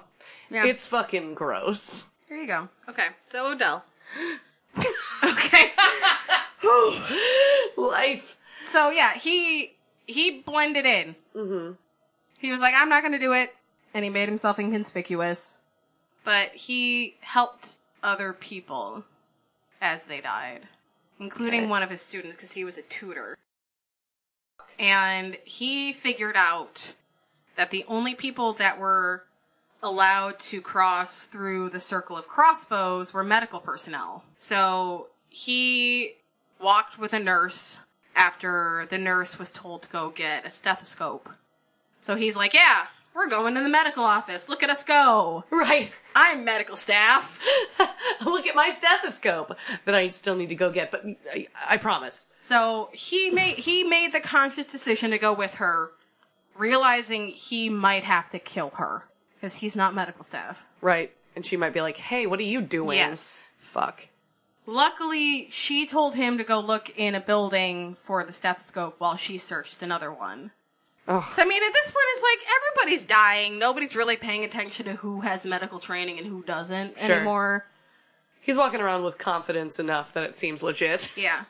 [SPEAKER 1] Yeah.
[SPEAKER 2] It's fucking gross. [LAUGHS]
[SPEAKER 1] There you go. Okay. So Odell. [GASPS] okay.
[SPEAKER 2] Life.
[SPEAKER 1] So yeah, he he blended in. Mm-hmm. He was like, "I'm not going to do it," and he made himself inconspicuous. But he helped other people as they died, including
[SPEAKER 2] Okay.
[SPEAKER 1] one of his students because he was a tutor. And he figured out that the only people that were allowed to cross through the circle of crossbows were medical personnel. So he walked with a nurse after the nurse was told to go get a stethoscope. So he's like, Yeah, we're going to the medical office. Look at us go.
[SPEAKER 2] Right. [LAUGHS]
[SPEAKER 1] I'm medical staff.
[SPEAKER 2] Look at my stethoscope that I still need to go get, but I, I promise.
[SPEAKER 1] So he made he made the conscious decision to go with her, realizing he might have to kill her. Because he's not medical staff.
[SPEAKER 2] Right. And she might be like, hey, what are you doing?
[SPEAKER 1] Yes.
[SPEAKER 2] Fuck.
[SPEAKER 1] Luckily, she told him to go look in a building for the stethoscope while she searched another one.
[SPEAKER 2] Oh,
[SPEAKER 1] So, I mean, at this point, it's like everybody's dying. Nobody's really paying attention to who has medical training and who doesn't
[SPEAKER 2] Sure.
[SPEAKER 1] anymore.
[SPEAKER 2] he's walking around with confidence enough that it seems legit.
[SPEAKER 1] Yeah.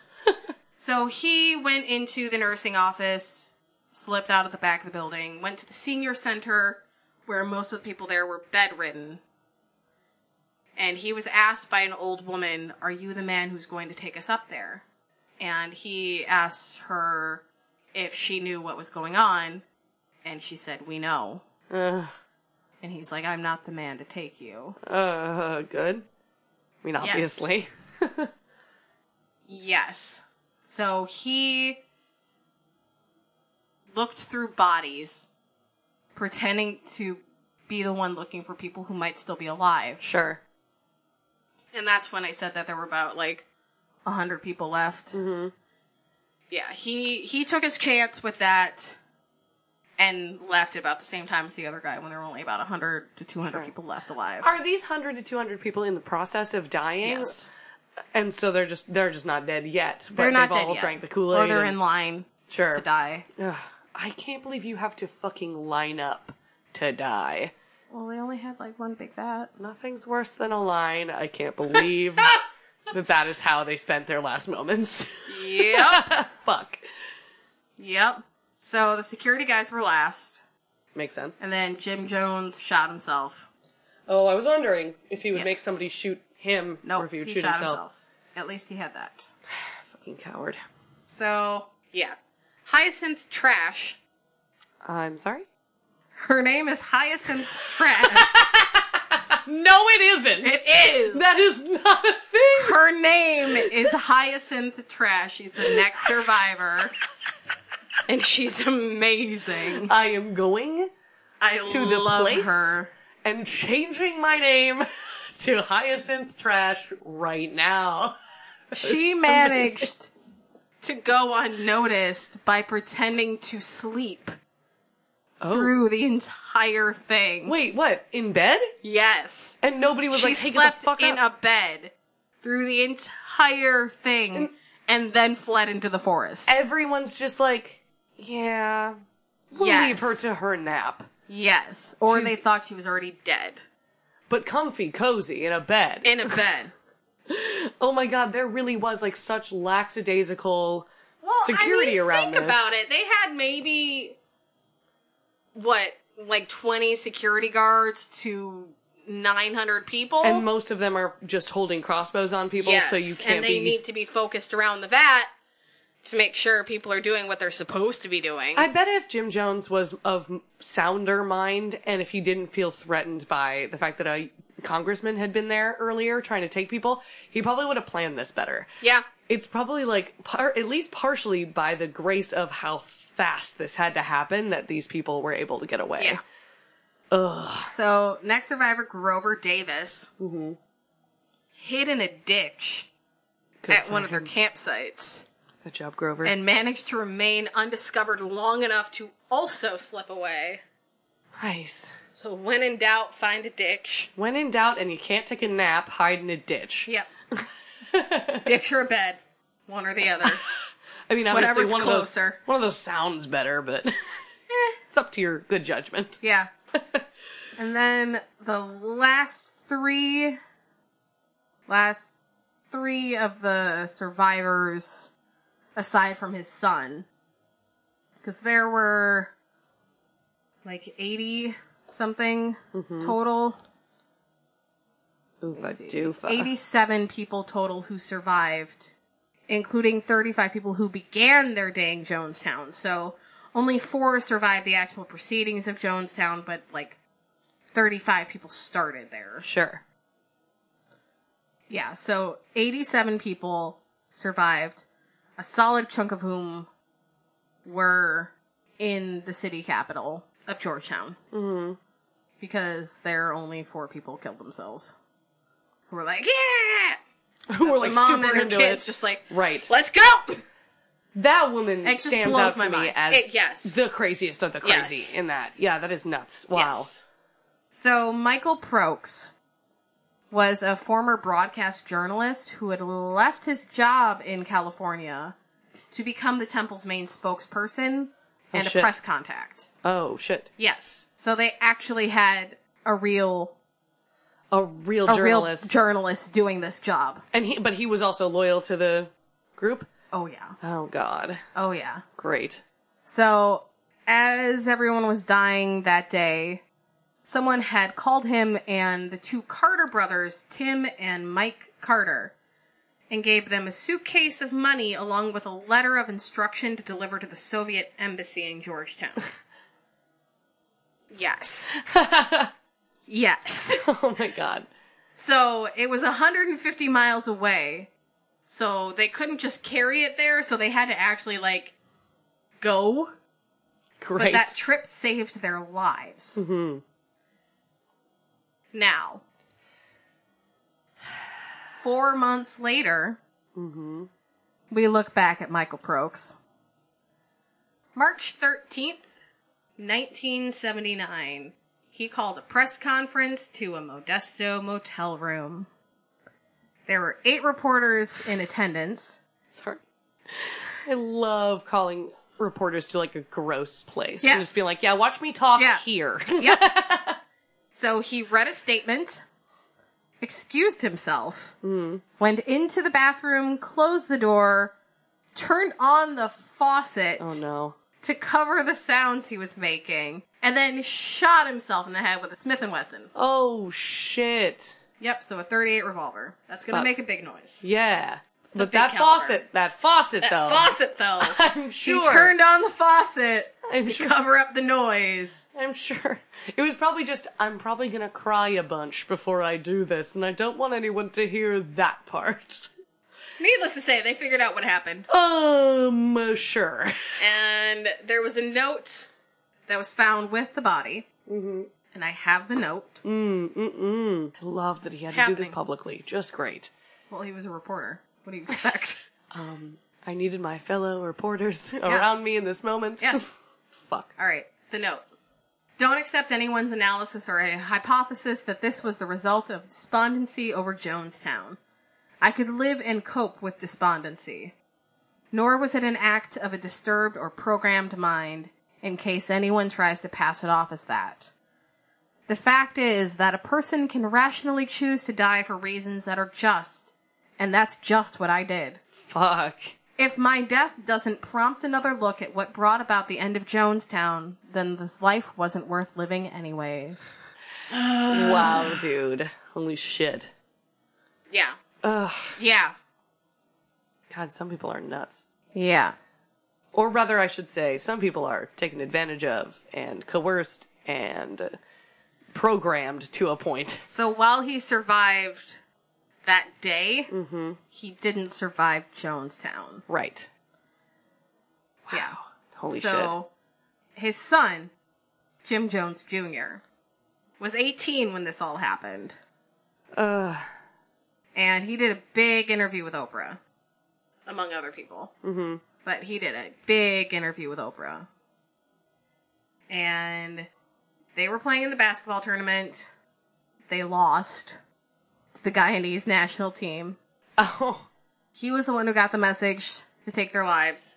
[SPEAKER 1] so he went into the nursing office, slipped out of the back of the building, went to the senior center where most of the people there were bedridden. And he was asked by an old woman, Are you the man who's going to take us up there? And he asked her if she knew what was going on. And she said, We know.
[SPEAKER 2] Uh,
[SPEAKER 1] And he's like, I'm not the man to take you.
[SPEAKER 2] uh, good. I mean, obviously. [LAUGHS]
[SPEAKER 1] Yes. So he looked through bodies, pretending to be the one looking for people who might still be alive.
[SPEAKER 2] Sure.
[SPEAKER 1] And that's when I said that there were about like a hundred people left. Mm-hmm. Yeah, he he took his chance with that and left at about the same time as the other guy when there were only about 100 to 200
[SPEAKER 2] Sure.
[SPEAKER 1] people left alive.
[SPEAKER 2] Are these 100 to 200 people in the process of dying?
[SPEAKER 1] yes.
[SPEAKER 2] And so they're just they're just not dead yet. but
[SPEAKER 1] They're not
[SPEAKER 2] they've
[SPEAKER 1] dead
[SPEAKER 2] all
[SPEAKER 1] yet.
[SPEAKER 2] drank the Kool-Aid.
[SPEAKER 1] Or they're
[SPEAKER 2] and-
[SPEAKER 1] in line
[SPEAKER 2] sure.
[SPEAKER 1] to die.
[SPEAKER 2] Ugh, I can't believe you have to fucking line up to die.
[SPEAKER 1] Well, they only had like one big fat.
[SPEAKER 2] Nothing's worse than a line. I
[SPEAKER 1] [LAUGHS]
[SPEAKER 2] can't believe that that is how they spent their last moments. [LAUGHS]
[SPEAKER 1] Yep.
[SPEAKER 2] Fuck.
[SPEAKER 1] [LAUGHS] yep. So the security guys were last,
[SPEAKER 2] Makes sense.
[SPEAKER 1] and then Jim Jones shot himself.
[SPEAKER 2] Oh, I was wondering if he would make
[SPEAKER 1] Yes.
[SPEAKER 2] somebody shoot him
[SPEAKER 1] No,
[SPEAKER 2] or if he would
[SPEAKER 1] he
[SPEAKER 2] shoot
[SPEAKER 1] shot
[SPEAKER 2] himself.
[SPEAKER 1] himself. At least he had that.
[SPEAKER 2] Fucking coward.
[SPEAKER 1] So yeah, Hyacinth Trash.
[SPEAKER 2] I'm sorry?
[SPEAKER 1] Her name is Hyacinth Trash.
[SPEAKER 2] No, [LAUGHS] it isn't!
[SPEAKER 1] it is.
[SPEAKER 2] that is not a thing!
[SPEAKER 1] Her name is Hyacinth Trash. She's the next survivor. And she's amazing.
[SPEAKER 2] I am going
[SPEAKER 1] I
[SPEAKER 2] to the
[SPEAKER 1] love
[SPEAKER 2] place
[SPEAKER 1] her.
[SPEAKER 2] and changing my name [LAUGHS] to Hyacinth Trash right now.
[SPEAKER 1] [LAUGHS] She managed to go unnoticed by pretending to sleep through the entire thing.
[SPEAKER 2] Wait, what? In bed?
[SPEAKER 1] Yes.
[SPEAKER 2] And nobody was
[SPEAKER 1] She
[SPEAKER 2] like, hey, get the
[SPEAKER 1] slept
[SPEAKER 2] fuck
[SPEAKER 1] in
[SPEAKER 2] up.
[SPEAKER 1] a bed through the entire thing and then fled into the forest.
[SPEAKER 2] Everyone's just like, yeah, we'll leave
[SPEAKER 1] Yes.
[SPEAKER 2] her to her nap.
[SPEAKER 1] yes. Or
[SPEAKER 2] She's-
[SPEAKER 1] they thought she was already dead
[SPEAKER 2] But comfy, cozy, in a bed.
[SPEAKER 1] in a bed.
[SPEAKER 2] oh my god, there really was like such lackadaisical.
[SPEAKER 1] [LAUGHS] well,
[SPEAKER 2] security
[SPEAKER 1] I mean,
[SPEAKER 2] around
[SPEAKER 1] think
[SPEAKER 2] this.
[SPEAKER 1] about it. They had maybe what like 20 security guards to 900 people.
[SPEAKER 2] And most of them are just holding crossbows on people,
[SPEAKER 1] yes.
[SPEAKER 2] so you can't
[SPEAKER 1] and they
[SPEAKER 2] be.
[SPEAKER 1] need to be focused around the vat to make sure people are doing what they're supposed to be doing.
[SPEAKER 2] I bet if Jim Jones was of sounder mind and if he didn't feel threatened by the fact that a congressman had been there earlier trying to take people, he probably would have planned this better.
[SPEAKER 1] yeah.
[SPEAKER 2] It's probably like, par- at least partially by the grace of how fast this had to happen that these people were able to get away.
[SPEAKER 1] Yeah. So, next survivor, Grover Davis,
[SPEAKER 2] Mm-hmm.
[SPEAKER 1] hid in a ditch
[SPEAKER 2] Good
[SPEAKER 1] at
[SPEAKER 2] for
[SPEAKER 1] one of their
[SPEAKER 2] him.
[SPEAKER 1] campsites
[SPEAKER 2] Good job, Grover.
[SPEAKER 1] and managed to remain undiscovered long enough to also slip away.
[SPEAKER 2] nice.
[SPEAKER 1] So, when in doubt, find a ditch.
[SPEAKER 2] When in doubt and you can't take a nap, hide in a ditch.
[SPEAKER 1] Yep. [LAUGHS] ditch or a bed. One or the other.
[SPEAKER 2] I mean, obviously
[SPEAKER 1] Whatever's
[SPEAKER 2] one of
[SPEAKER 1] closer. Eh.
[SPEAKER 2] those one of those sounds better, but [LAUGHS] it's up to your good judgment.
[SPEAKER 1] [LAUGHS] Yeah. and then the last three, last three of the survivors, aside from his son, because there were like 80 something total,
[SPEAKER 2] Oofa doofa.
[SPEAKER 1] 87 people total who survived, including 35 people who began their day in Jonestown. So only four survived the actual proceedings of Jonestown, but like 35 people started there.
[SPEAKER 2] Sure.
[SPEAKER 1] Yeah, so 87 people survived, a solid chunk of whom were in the city capital of Georgetown. Mm-hmm. Because there are only four people killed themselves. Who were like, yeah!
[SPEAKER 2] Who [LAUGHS] were like
[SPEAKER 1] The mom
[SPEAKER 2] super
[SPEAKER 1] and her
[SPEAKER 2] into
[SPEAKER 1] kids
[SPEAKER 2] it.
[SPEAKER 1] just like,
[SPEAKER 2] Right.
[SPEAKER 1] let's go!
[SPEAKER 2] that woman
[SPEAKER 1] It just
[SPEAKER 2] stands
[SPEAKER 1] blows
[SPEAKER 2] out to
[SPEAKER 1] my
[SPEAKER 2] me
[SPEAKER 1] mind.
[SPEAKER 2] as
[SPEAKER 1] It- yes.
[SPEAKER 2] the craziest of the crazy
[SPEAKER 1] Yes.
[SPEAKER 2] in that. Yeah, that is nuts. Wow.
[SPEAKER 1] Yes. So Michael Prokes was a former broadcast journalist who had left his job in California to become the temple's main spokesperson and a
[SPEAKER 2] Oh, shit.
[SPEAKER 1] press contact.
[SPEAKER 2] Oh shit.
[SPEAKER 1] Yes. So they actually had a real
[SPEAKER 2] A real
[SPEAKER 1] a
[SPEAKER 2] journalist.
[SPEAKER 1] real journalist doing this job.
[SPEAKER 2] and he but he was also loyal to the group.
[SPEAKER 1] Oh yeah.
[SPEAKER 2] Oh god.
[SPEAKER 1] Oh yeah.
[SPEAKER 2] Great. [LAUGHS]
[SPEAKER 1] So, as everyone was dying that day, someone had called him and the two Carter brothers, Tim and Mike Carter, and gave them a suitcase of money along with a letter of instruction to deliver to the Soviet embassy in Georgetown. yes. yes.
[SPEAKER 2] Oh my god.
[SPEAKER 1] So it was 150 miles away. So they couldn't just carry it there, so they had to actually like go
[SPEAKER 2] Great.
[SPEAKER 1] but that trip saved their lives. Mm-hmm. Now, four months later, we look back at Michael Prokes. March 13th, 1979, he called a press conference to a Modesto motel room. There were eight reporters in attendance.
[SPEAKER 2] [LAUGHS] Sorry. I love calling reporters to like a gross place and
[SPEAKER 1] Yes.
[SPEAKER 2] just being like, "Yeah, watch me talk
[SPEAKER 1] Yeah.
[SPEAKER 2] here." [LAUGHS]
[SPEAKER 1] Yep. so he read a statement, excused himself, went into the bathroom, closed the door, turned on the faucet
[SPEAKER 2] oh no.
[SPEAKER 1] to cover the sounds he was making, and then shot himself in the head with a Smith and Wesson.
[SPEAKER 2] Oh shit.
[SPEAKER 1] Yep, so a 38 revolver. That's going to
[SPEAKER 2] Fuck.
[SPEAKER 1] make a big noise.
[SPEAKER 2] Yeah. But
[SPEAKER 1] big
[SPEAKER 2] that
[SPEAKER 1] caliber.
[SPEAKER 2] faucet, that faucet
[SPEAKER 1] That
[SPEAKER 2] though.
[SPEAKER 1] faucet though.
[SPEAKER 2] [LAUGHS]
[SPEAKER 1] [LAUGHS]
[SPEAKER 2] I'm sure.
[SPEAKER 1] He turned on the [LAUGHS] faucet
[SPEAKER 2] I'm
[SPEAKER 1] to
[SPEAKER 2] sure.
[SPEAKER 1] cover up the noise.
[SPEAKER 2] I'm sure. It was probably just, I'm probably gonna cry a bunch before I do this, and I don't want anyone to hear that part. [LAUGHS]
[SPEAKER 1] Needless to say, they figured out what happened.
[SPEAKER 2] Um, sure.
[SPEAKER 1] and there was a note that was found with the body. Mm-hmm. And I have the note.
[SPEAKER 2] I love that he had to do this
[SPEAKER 1] happening.
[SPEAKER 2] publicly. Just great.
[SPEAKER 1] Well, he was a reporter. What do you expect?
[SPEAKER 2] I [LAUGHS] needed my fellow reporters around me in this moment.
[SPEAKER 1] yes.
[SPEAKER 2] [LAUGHS] Fuck.
[SPEAKER 1] All right. The note. Don't accept anyone's analysis or a hypothesis that this was the result of despondency over Jonestown. I could live and cope with despondency. Nor was it an act of a disturbed or programmed mind, in case anyone tries to pass it off as that. The fact is that a person can rationally choose to die for reasons that are just, and that's just what I did.
[SPEAKER 2] Fuck. [SIGHS]
[SPEAKER 1] If my death doesn't prompt another look at what brought about the end of Jonestown, then this life wasn't worth living anyway.
[SPEAKER 2] wow, dude. Holy shit.
[SPEAKER 1] Yeah.
[SPEAKER 2] Ugh.
[SPEAKER 1] Yeah.
[SPEAKER 2] God, some people are nuts.
[SPEAKER 1] Yeah.
[SPEAKER 2] Or rather, I should say, some people are taken advantage of and coerced and uh, programmed to a point.
[SPEAKER 1] So while he survived that day, he didn't survive Jonestown.
[SPEAKER 2] Right.
[SPEAKER 1] Yeah.
[SPEAKER 2] Holy shit.
[SPEAKER 1] so his son, Jim Jones Jr., was 18 when this all happened.
[SPEAKER 2] Uh, [LAUGHS]
[SPEAKER 1] And he did a big interview with Oprah, among other people. Mm-hmm. But he did a big interview with Oprah. And they were playing in the basketball tournament. They lost to the Guyanese national team.
[SPEAKER 2] oh.
[SPEAKER 1] He was the one who got the message to take their lives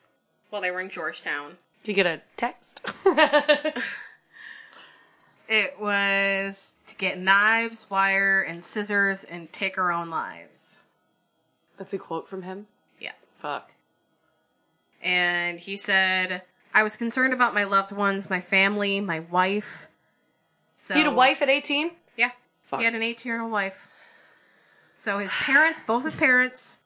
[SPEAKER 1] while they were in Georgetown.
[SPEAKER 2] Did you get a text? [LAUGHS]
[SPEAKER 1] It was to get knives, wire, and scissors and take our own lives.
[SPEAKER 2] That's a quote from him?
[SPEAKER 1] Yeah.
[SPEAKER 2] Fuck.
[SPEAKER 1] And he said, I was concerned about my loved ones, my family, my wife. So
[SPEAKER 2] He had a wife at 18?
[SPEAKER 1] Yeah.
[SPEAKER 2] Fuck.
[SPEAKER 1] He had an 18 year old wife. So his parents, both his parents,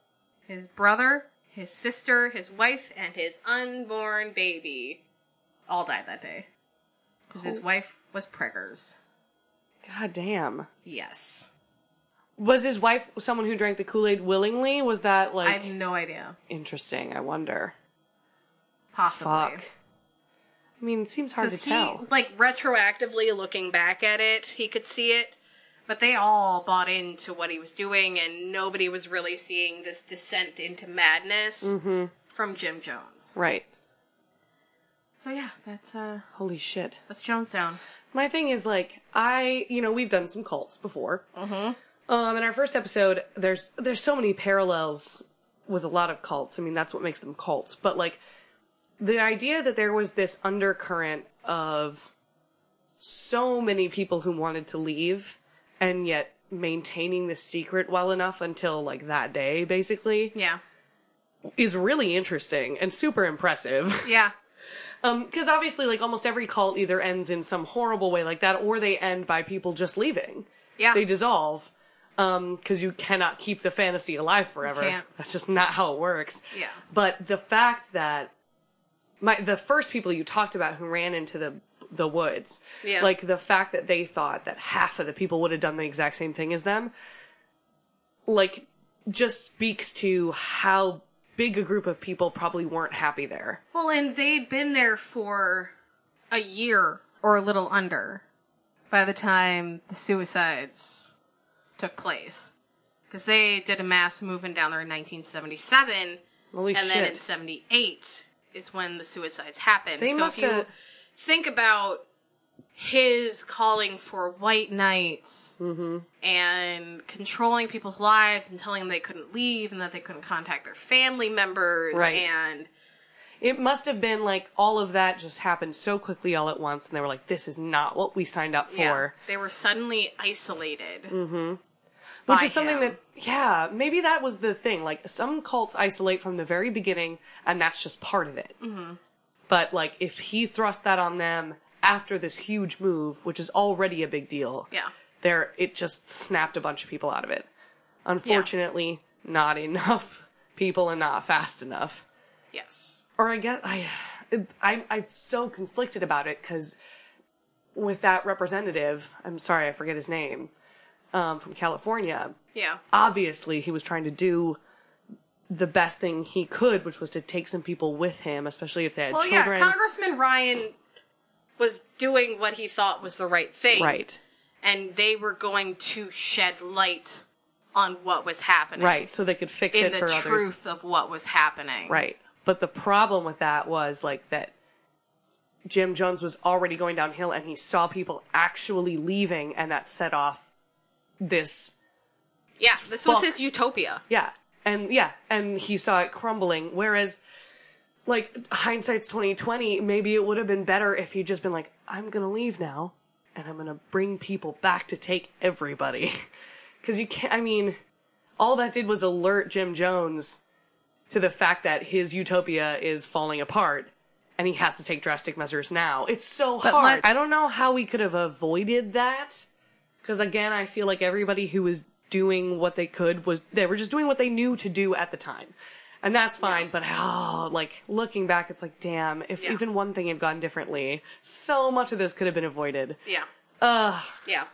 [SPEAKER 1] his brother, his sister, his wife, and his unborn baby all died that day. Because his
[SPEAKER 2] Oh.
[SPEAKER 1] wife was preggers.
[SPEAKER 2] God damn.
[SPEAKER 1] Yes.
[SPEAKER 2] Was his wife someone who drank the Kool Aid willingly? Was that
[SPEAKER 1] I
[SPEAKER 2] like
[SPEAKER 1] have no idea.
[SPEAKER 2] interesting? I wonder.
[SPEAKER 1] Possibly.
[SPEAKER 2] Fuck. I mean, it seems hard to
[SPEAKER 1] Because he,
[SPEAKER 2] tell.
[SPEAKER 1] like, retroactively looking back at it, he could see it. But they all bought into what he was doing, and nobody was really seeing this descent into madness
[SPEAKER 2] Mm-hmm.
[SPEAKER 1] from Jim Jones.
[SPEAKER 2] Right.
[SPEAKER 1] So yeah, that's uh,
[SPEAKER 2] Holy shit.
[SPEAKER 1] that's Jonestown.
[SPEAKER 2] My thing is like I, you know, we've done some cults before. Mm-hmm. Um, in our first episode, there's there's so many parallels with a lot of cults. I mean, that's what makes them cults. But like the idea that there was this undercurrent of so many people who wanted to leave and yet maintaining the secret well enough until like that day basically
[SPEAKER 1] Yeah,
[SPEAKER 2] is really interesting and super impressive.
[SPEAKER 1] yeah,
[SPEAKER 2] because Um, obviously, like almost every cult either ends in some horrible way like that, or they end by people just leaving.
[SPEAKER 1] yeah.
[SPEAKER 2] They dissolve because you cannot keep the fantasy alive forever.
[SPEAKER 1] can't.
[SPEAKER 2] That's just not how it works.
[SPEAKER 1] Yeah.
[SPEAKER 2] But the fact that my the first people you talked about who ran into the the woods,
[SPEAKER 1] Yeah.
[SPEAKER 2] like the fact that they thought that half of the people would have done the exact same thing as them, like just speaks to how big a group of people probably weren't happy there.
[SPEAKER 1] well, and they'd been there for a year or a little under by the time the suicides took place, because they did a mass moving down there in 1977,
[SPEAKER 2] Holy
[SPEAKER 1] and
[SPEAKER 2] shit.
[SPEAKER 1] then in 78 is when the suicides happened.
[SPEAKER 2] They
[SPEAKER 1] so
[SPEAKER 2] must
[SPEAKER 1] if you
[SPEAKER 2] have-
[SPEAKER 1] think about his calling for white knights
[SPEAKER 2] Mm-hmm.
[SPEAKER 1] and controlling people's lives and telling them they couldn't leave and that they couldn't contact their family members
[SPEAKER 2] Right.
[SPEAKER 1] and
[SPEAKER 2] It must have been like all of that just happened so quickly all at once, and they were like, "This is not what we signed up for,"
[SPEAKER 1] yeah, they were suddenly isolated.
[SPEAKER 2] Mm-hmm. which
[SPEAKER 1] by
[SPEAKER 2] is something
[SPEAKER 1] him.
[SPEAKER 2] that, yeah, maybe that was the thing. Like some cults isolate from the very beginning, and that's just part of it.
[SPEAKER 1] Mm-hmm.
[SPEAKER 2] But like, if he thrust that on them after this huge move, which is already a big deal,
[SPEAKER 1] Yeah.
[SPEAKER 2] there it just snapped a bunch of people out of it. Unfortunately, not enough people, and not fast enough.
[SPEAKER 1] Yes.
[SPEAKER 2] or I guess I, I'm I'm so conflicted about it because with that representative, I'm sorry I forget his name, um, from California.
[SPEAKER 1] Yeah.
[SPEAKER 2] Obviously, he was trying to do the best thing he could, which was to take some people with him, especially if they had
[SPEAKER 1] Well,
[SPEAKER 2] children.
[SPEAKER 1] yeah, Congressman Ryan was doing what he thought was the right thing.
[SPEAKER 2] right,
[SPEAKER 1] And they were going to shed light on what was happening.
[SPEAKER 2] right, so they could fix
[SPEAKER 1] in
[SPEAKER 2] it
[SPEAKER 1] the
[SPEAKER 2] for others.
[SPEAKER 1] truth of what was happening.
[SPEAKER 2] Right. But the problem with that was like that Jim Jones was already going downhill and he saw people actually leaving and that set off this
[SPEAKER 1] Yeah, this was
[SPEAKER 2] Fuck.
[SPEAKER 1] his utopia.
[SPEAKER 2] yeah. And yeah, and he saw it crumbling. Whereas like hindsight's twenty twenty, maybe it would have been better if he'd just been like, I'm gonna leave now and I'm gonna bring people back to take everybody. [LAUGHS] Cause you can't I mean, all that did was alert Jim Jones to the fact that his utopia is falling apart and he has to take drastic measures now. It's so hard.
[SPEAKER 1] like-
[SPEAKER 2] I don't know how we could have avoided that. Because again, I feel like everybody who was doing what they could was they were just doing what they knew to do at the time, and that's fine. But oh, like looking back, it's like damn, if
[SPEAKER 1] Yeah.
[SPEAKER 2] even one thing had gone differently, so much of this could have been avoided.
[SPEAKER 1] Yeah.
[SPEAKER 2] Ugh,
[SPEAKER 1] Yeah.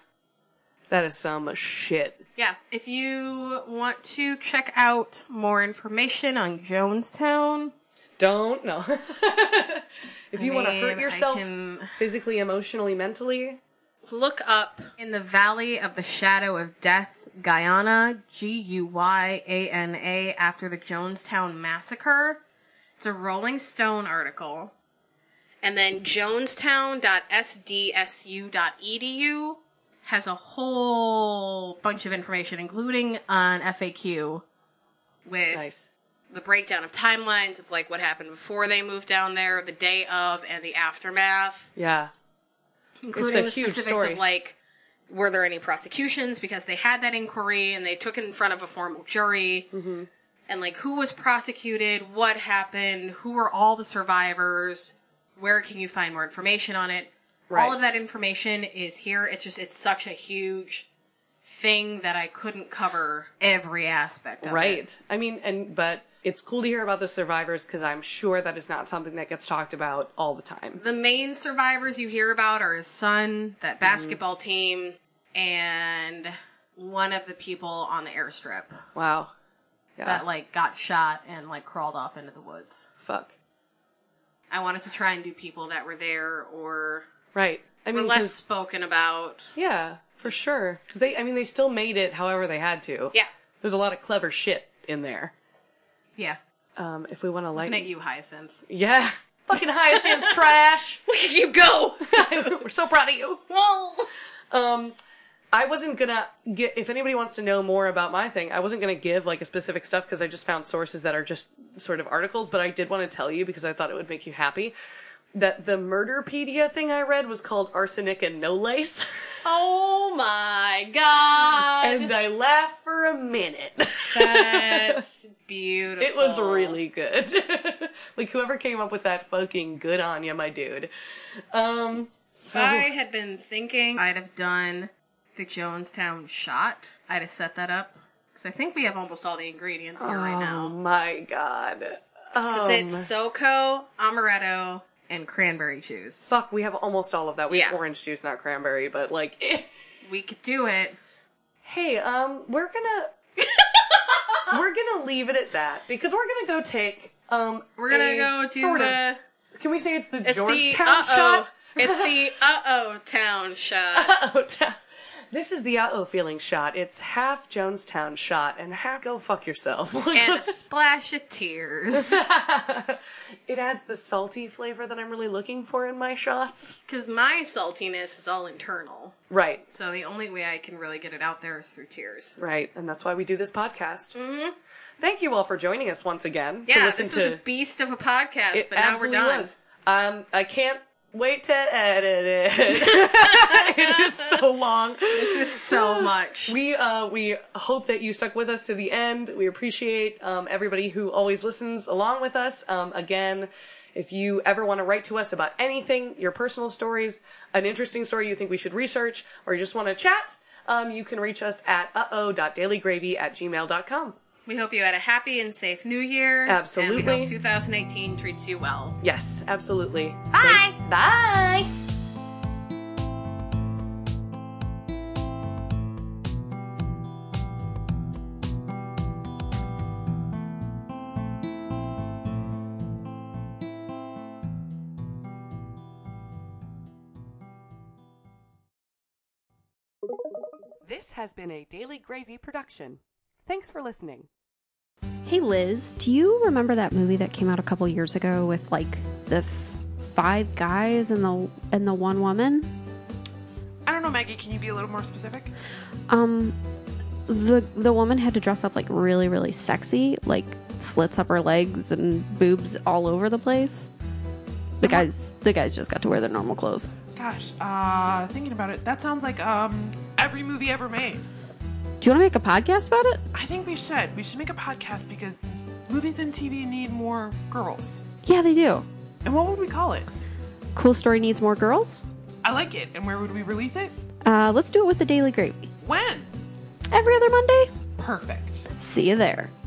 [SPEAKER 2] that is some shit.
[SPEAKER 1] Yeah. If you want to check out more information on Jonestown,
[SPEAKER 2] Don't no. [LAUGHS] if you want to
[SPEAKER 1] mean,
[SPEAKER 2] hurt
[SPEAKER 1] I
[SPEAKER 2] yourself
[SPEAKER 1] can-
[SPEAKER 2] physically, emotionally, mentally,
[SPEAKER 1] look up in the Valley of the Shadow of Death, Guyana, G U Y A N A, after the Jonestown Massacre. It's a Rolling Stone article. And then jonestown.sdsu.edu E has a whole bunch of information, including an FAQ with
[SPEAKER 2] nice.
[SPEAKER 1] the breakdown of timelines of like what happened before they moved down there, the day of, and the aftermath
[SPEAKER 2] Yeah,
[SPEAKER 1] including
[SPEAKER 2] a
[SPEAKER 1] the
[SPEAKER 2] huge
[SPEAKER 1] specifics
[SPEAKER 2] story.
[SPEAKER 1] of like were there any prosecutions because they had that inquiry and they took it in front of a formal jury
[SPEAKER 2] Mm-hmm.
[SPEAKER 1] and like who was prosecuted what happened who were all the survivors where can you find more information on it all
[SPEAKER 2] Right.
[SPEAKER 1] of that information is here it's just it's such a huge thing that i couldn't cover every aspect of it
[SPEAKER 2] Right. I mean, and but it's cool to hear about the survivors because I'm sure that is not something that gets talked about all the time.
[SPEAKER 1] the main survivors you hear about are his son, that
[SPEAKER 2] Mm-hmm.
[SPEAKER 1] basketball team, and one of the people on the airstrip
[SPEAKER 2] Wow. Yeah.
[SPEAKER 1] that like got shot and like crawled off into the woods.
[SPEAKER 2] Fuck.
[SPEAKER 1] I wanted to try and do people that were there or
[SPEAKER 2] Right. I
[SPEAKER 1] were
[SPEAKER 2] mean,
[SPEAKER 1] less
[SPEAKER 2] 'cause-
[SPEAKER 1] spoken about.
[SPEAKER 2] yeah, for sure. Because they, I mean, they still made it however they had to.
[SPEAKER 1] Yeah,
[SPEAKER 2] There's a lot of clever shit in there.
[SPEAKER 1] yeah.
[SPEAKER 2] Um, if we want to
[SPEAKER 1] Looking at
[SPEAKER 2] lighten,
[SPEAKER 1] you, Hyacinth.
[SPEAKER 2] yeah, [LAUGHS] fucking hyacinth [LAUGHS] trash.
[SPEAKER 1] Look at you go.
[SPEAKER 2] We're so proud of you.
[SPEAKER 1] Whoa.
[SPEAKER 2] Um, I wasn't gonna get, if anybody wants to know more about my thing, I wasn't gonna give like a specific stuff because I just found sources that are just sort of articles, but I did want to tell you because I thought it would make you happy that the Murderpedia thing I read was called Arsenic and No Lace.
[SPEAKER 1] Oh my
[SPEAKER 2] [LAUGHS]
[SPEAKER 1] god.
[SPEAKER 2] and I laughed for a minute.
[SPEAKER 1] [LAUGHS]
[SPEAKER 2] [LAUGHS]
[SPEAKER 1] That's beautiful.
[SPEAKER 2] it was really good. [LAUGHS] like whoever came up with that fucking good on you, my dude. Um, so
[SPEAKER 1] I had been thinking I'd have done the Jonestown shot. I'd have set that up because I think we have almost all the ingredients here right
[SPEAKER 2] Oh
[SPEAKER 1] now.
[SPEAKER 2] my god. Oh,
[SPEAKER 1] It's SoCo, amaretto, and cranberry juice.
[SPEAKER 2] Fuck, we have almost all of that. We have
[SPEAKER 1] Yeah.
[SPEAKER 2] orange juice, not cranberry, but like, [LAUGHS]
[SPEAKER 1] We could do it.
[SPEAKER 2] hey, um, we're gonna
[SPEAKER 1] [LAUGHS]
[SPEAKER 2] we're gonna leave it at that because we're gonna go take um
[SPEAKER 1] We're gonna
[SPEAKER 2] a
[SPEAKER 1] go to
[SPEAKER 2] sort of
[SPEAKER 1] the
[SPEAKER 2] can we say it's the
[SPEAKER 1] it's
[SPEAKER 2] Georgetown
[SPEAKER 1] the, uh-oh.
[SPEAKER 2] shot?
[SPEAKER 1] it's the uh oh
[SPEAKER 2] [LAUGHS]
[SPEAKER 1] town shot.
[SPEAKER 2] Uh-oh, ta- this is the uh oh feeling shot. It's half Jonestown shot and half go fuck yourself. [LAUGHS]
[SPEAKER 1] And a splash of
[SPEAKER 2] [LAUGHS]
[SPEAKER 1] tears.
[SPEAKER 2] it adds the salty flavor that I'm really looking for in my shots.
[SPEAKER 1] Because my saltiness is all internal.
[SPEAKER 2] Right.
[SPEAKER 1] So the only way I can really get it out there is through tears.
[SPEAKER 2] Right, and that's why we do this podcast. Mm-hmm. Thank you all for joining us once again. to
[SPEAKER 1] Yeah,
[SPEAKER 2] listen
[SPEAKER 1] this
[SPEAKER 2] to
[SPEAKER 1] was a beast of a podcast,
[SPEAKER 2] it
[SPEAKER 1] but now we're
[SPEAKER 2] absolutely
[SPEAKER 1] done.
[SPEAKER 2] was. Um, I can't wait to edit [LAUGHS] it. it is so long.
[SPEAKER 1] This is
[SPEAKER 2] [LAUGHS]
[SPEAKER 1] so much.
[SPEAKER 2] We uh, we hope that you stuck with us to the end. We appreciate um, everybody who always listens along with us. Um, again, if you ever want to write to us about anything, your personal stories, an interesting story you think we should research, or you just want to chat, um, you can reach us at uh oh.dailygravy at gmail.com.
[SPEAKER 1] We hope you had a happy and safe new year. And we
[SPEAKER 2] Absolutely.
[SPEAKER 1] hope 2018 treats you well.
[SPEAKER 2] Yes, absolutely.
[SPEAKER 1] Bye.
[SPEAKER 2] Bye. This has been a Daily Gravy production. Thanks for listening.
[SPEAKER 3] Hey Liz, do you remember that movie that came out a couple years ago with like the f- five guys and the and the one woman.
[SPEAKER 4] I don't know, Maggie. Can you be a little more specific?
[SPEAKER 3] Um, the the woman had to dress up like really really sexy, like slits up her legs and boobs all over the place. The guys the guys just got to wear their normal clothes.
[SPEAKER 4] Gosh, uh, thinking about it, that sounds like um every movie ever made.
[SPEAKER 3] Do you want to make a podcast about it?
[SPEAKER 4] I think we should. We should make a podcast because movies and TV need more girls.
[SPEAKER 3] Yeah, they do.
[SPEAKER 4] And what would we call it?
[SPEAKER 3] Cool story needs more girls.
[SPEAKER 4] I like it. And where would we release it?
[SPEAKER 3] Uh, let's do it with the Daily Gravy
[SPEAKER 4] When?
[SPEAKER 3] every other Monday.
[SPEAKER 4] Perfect.
[SPEAKER 3] See you there.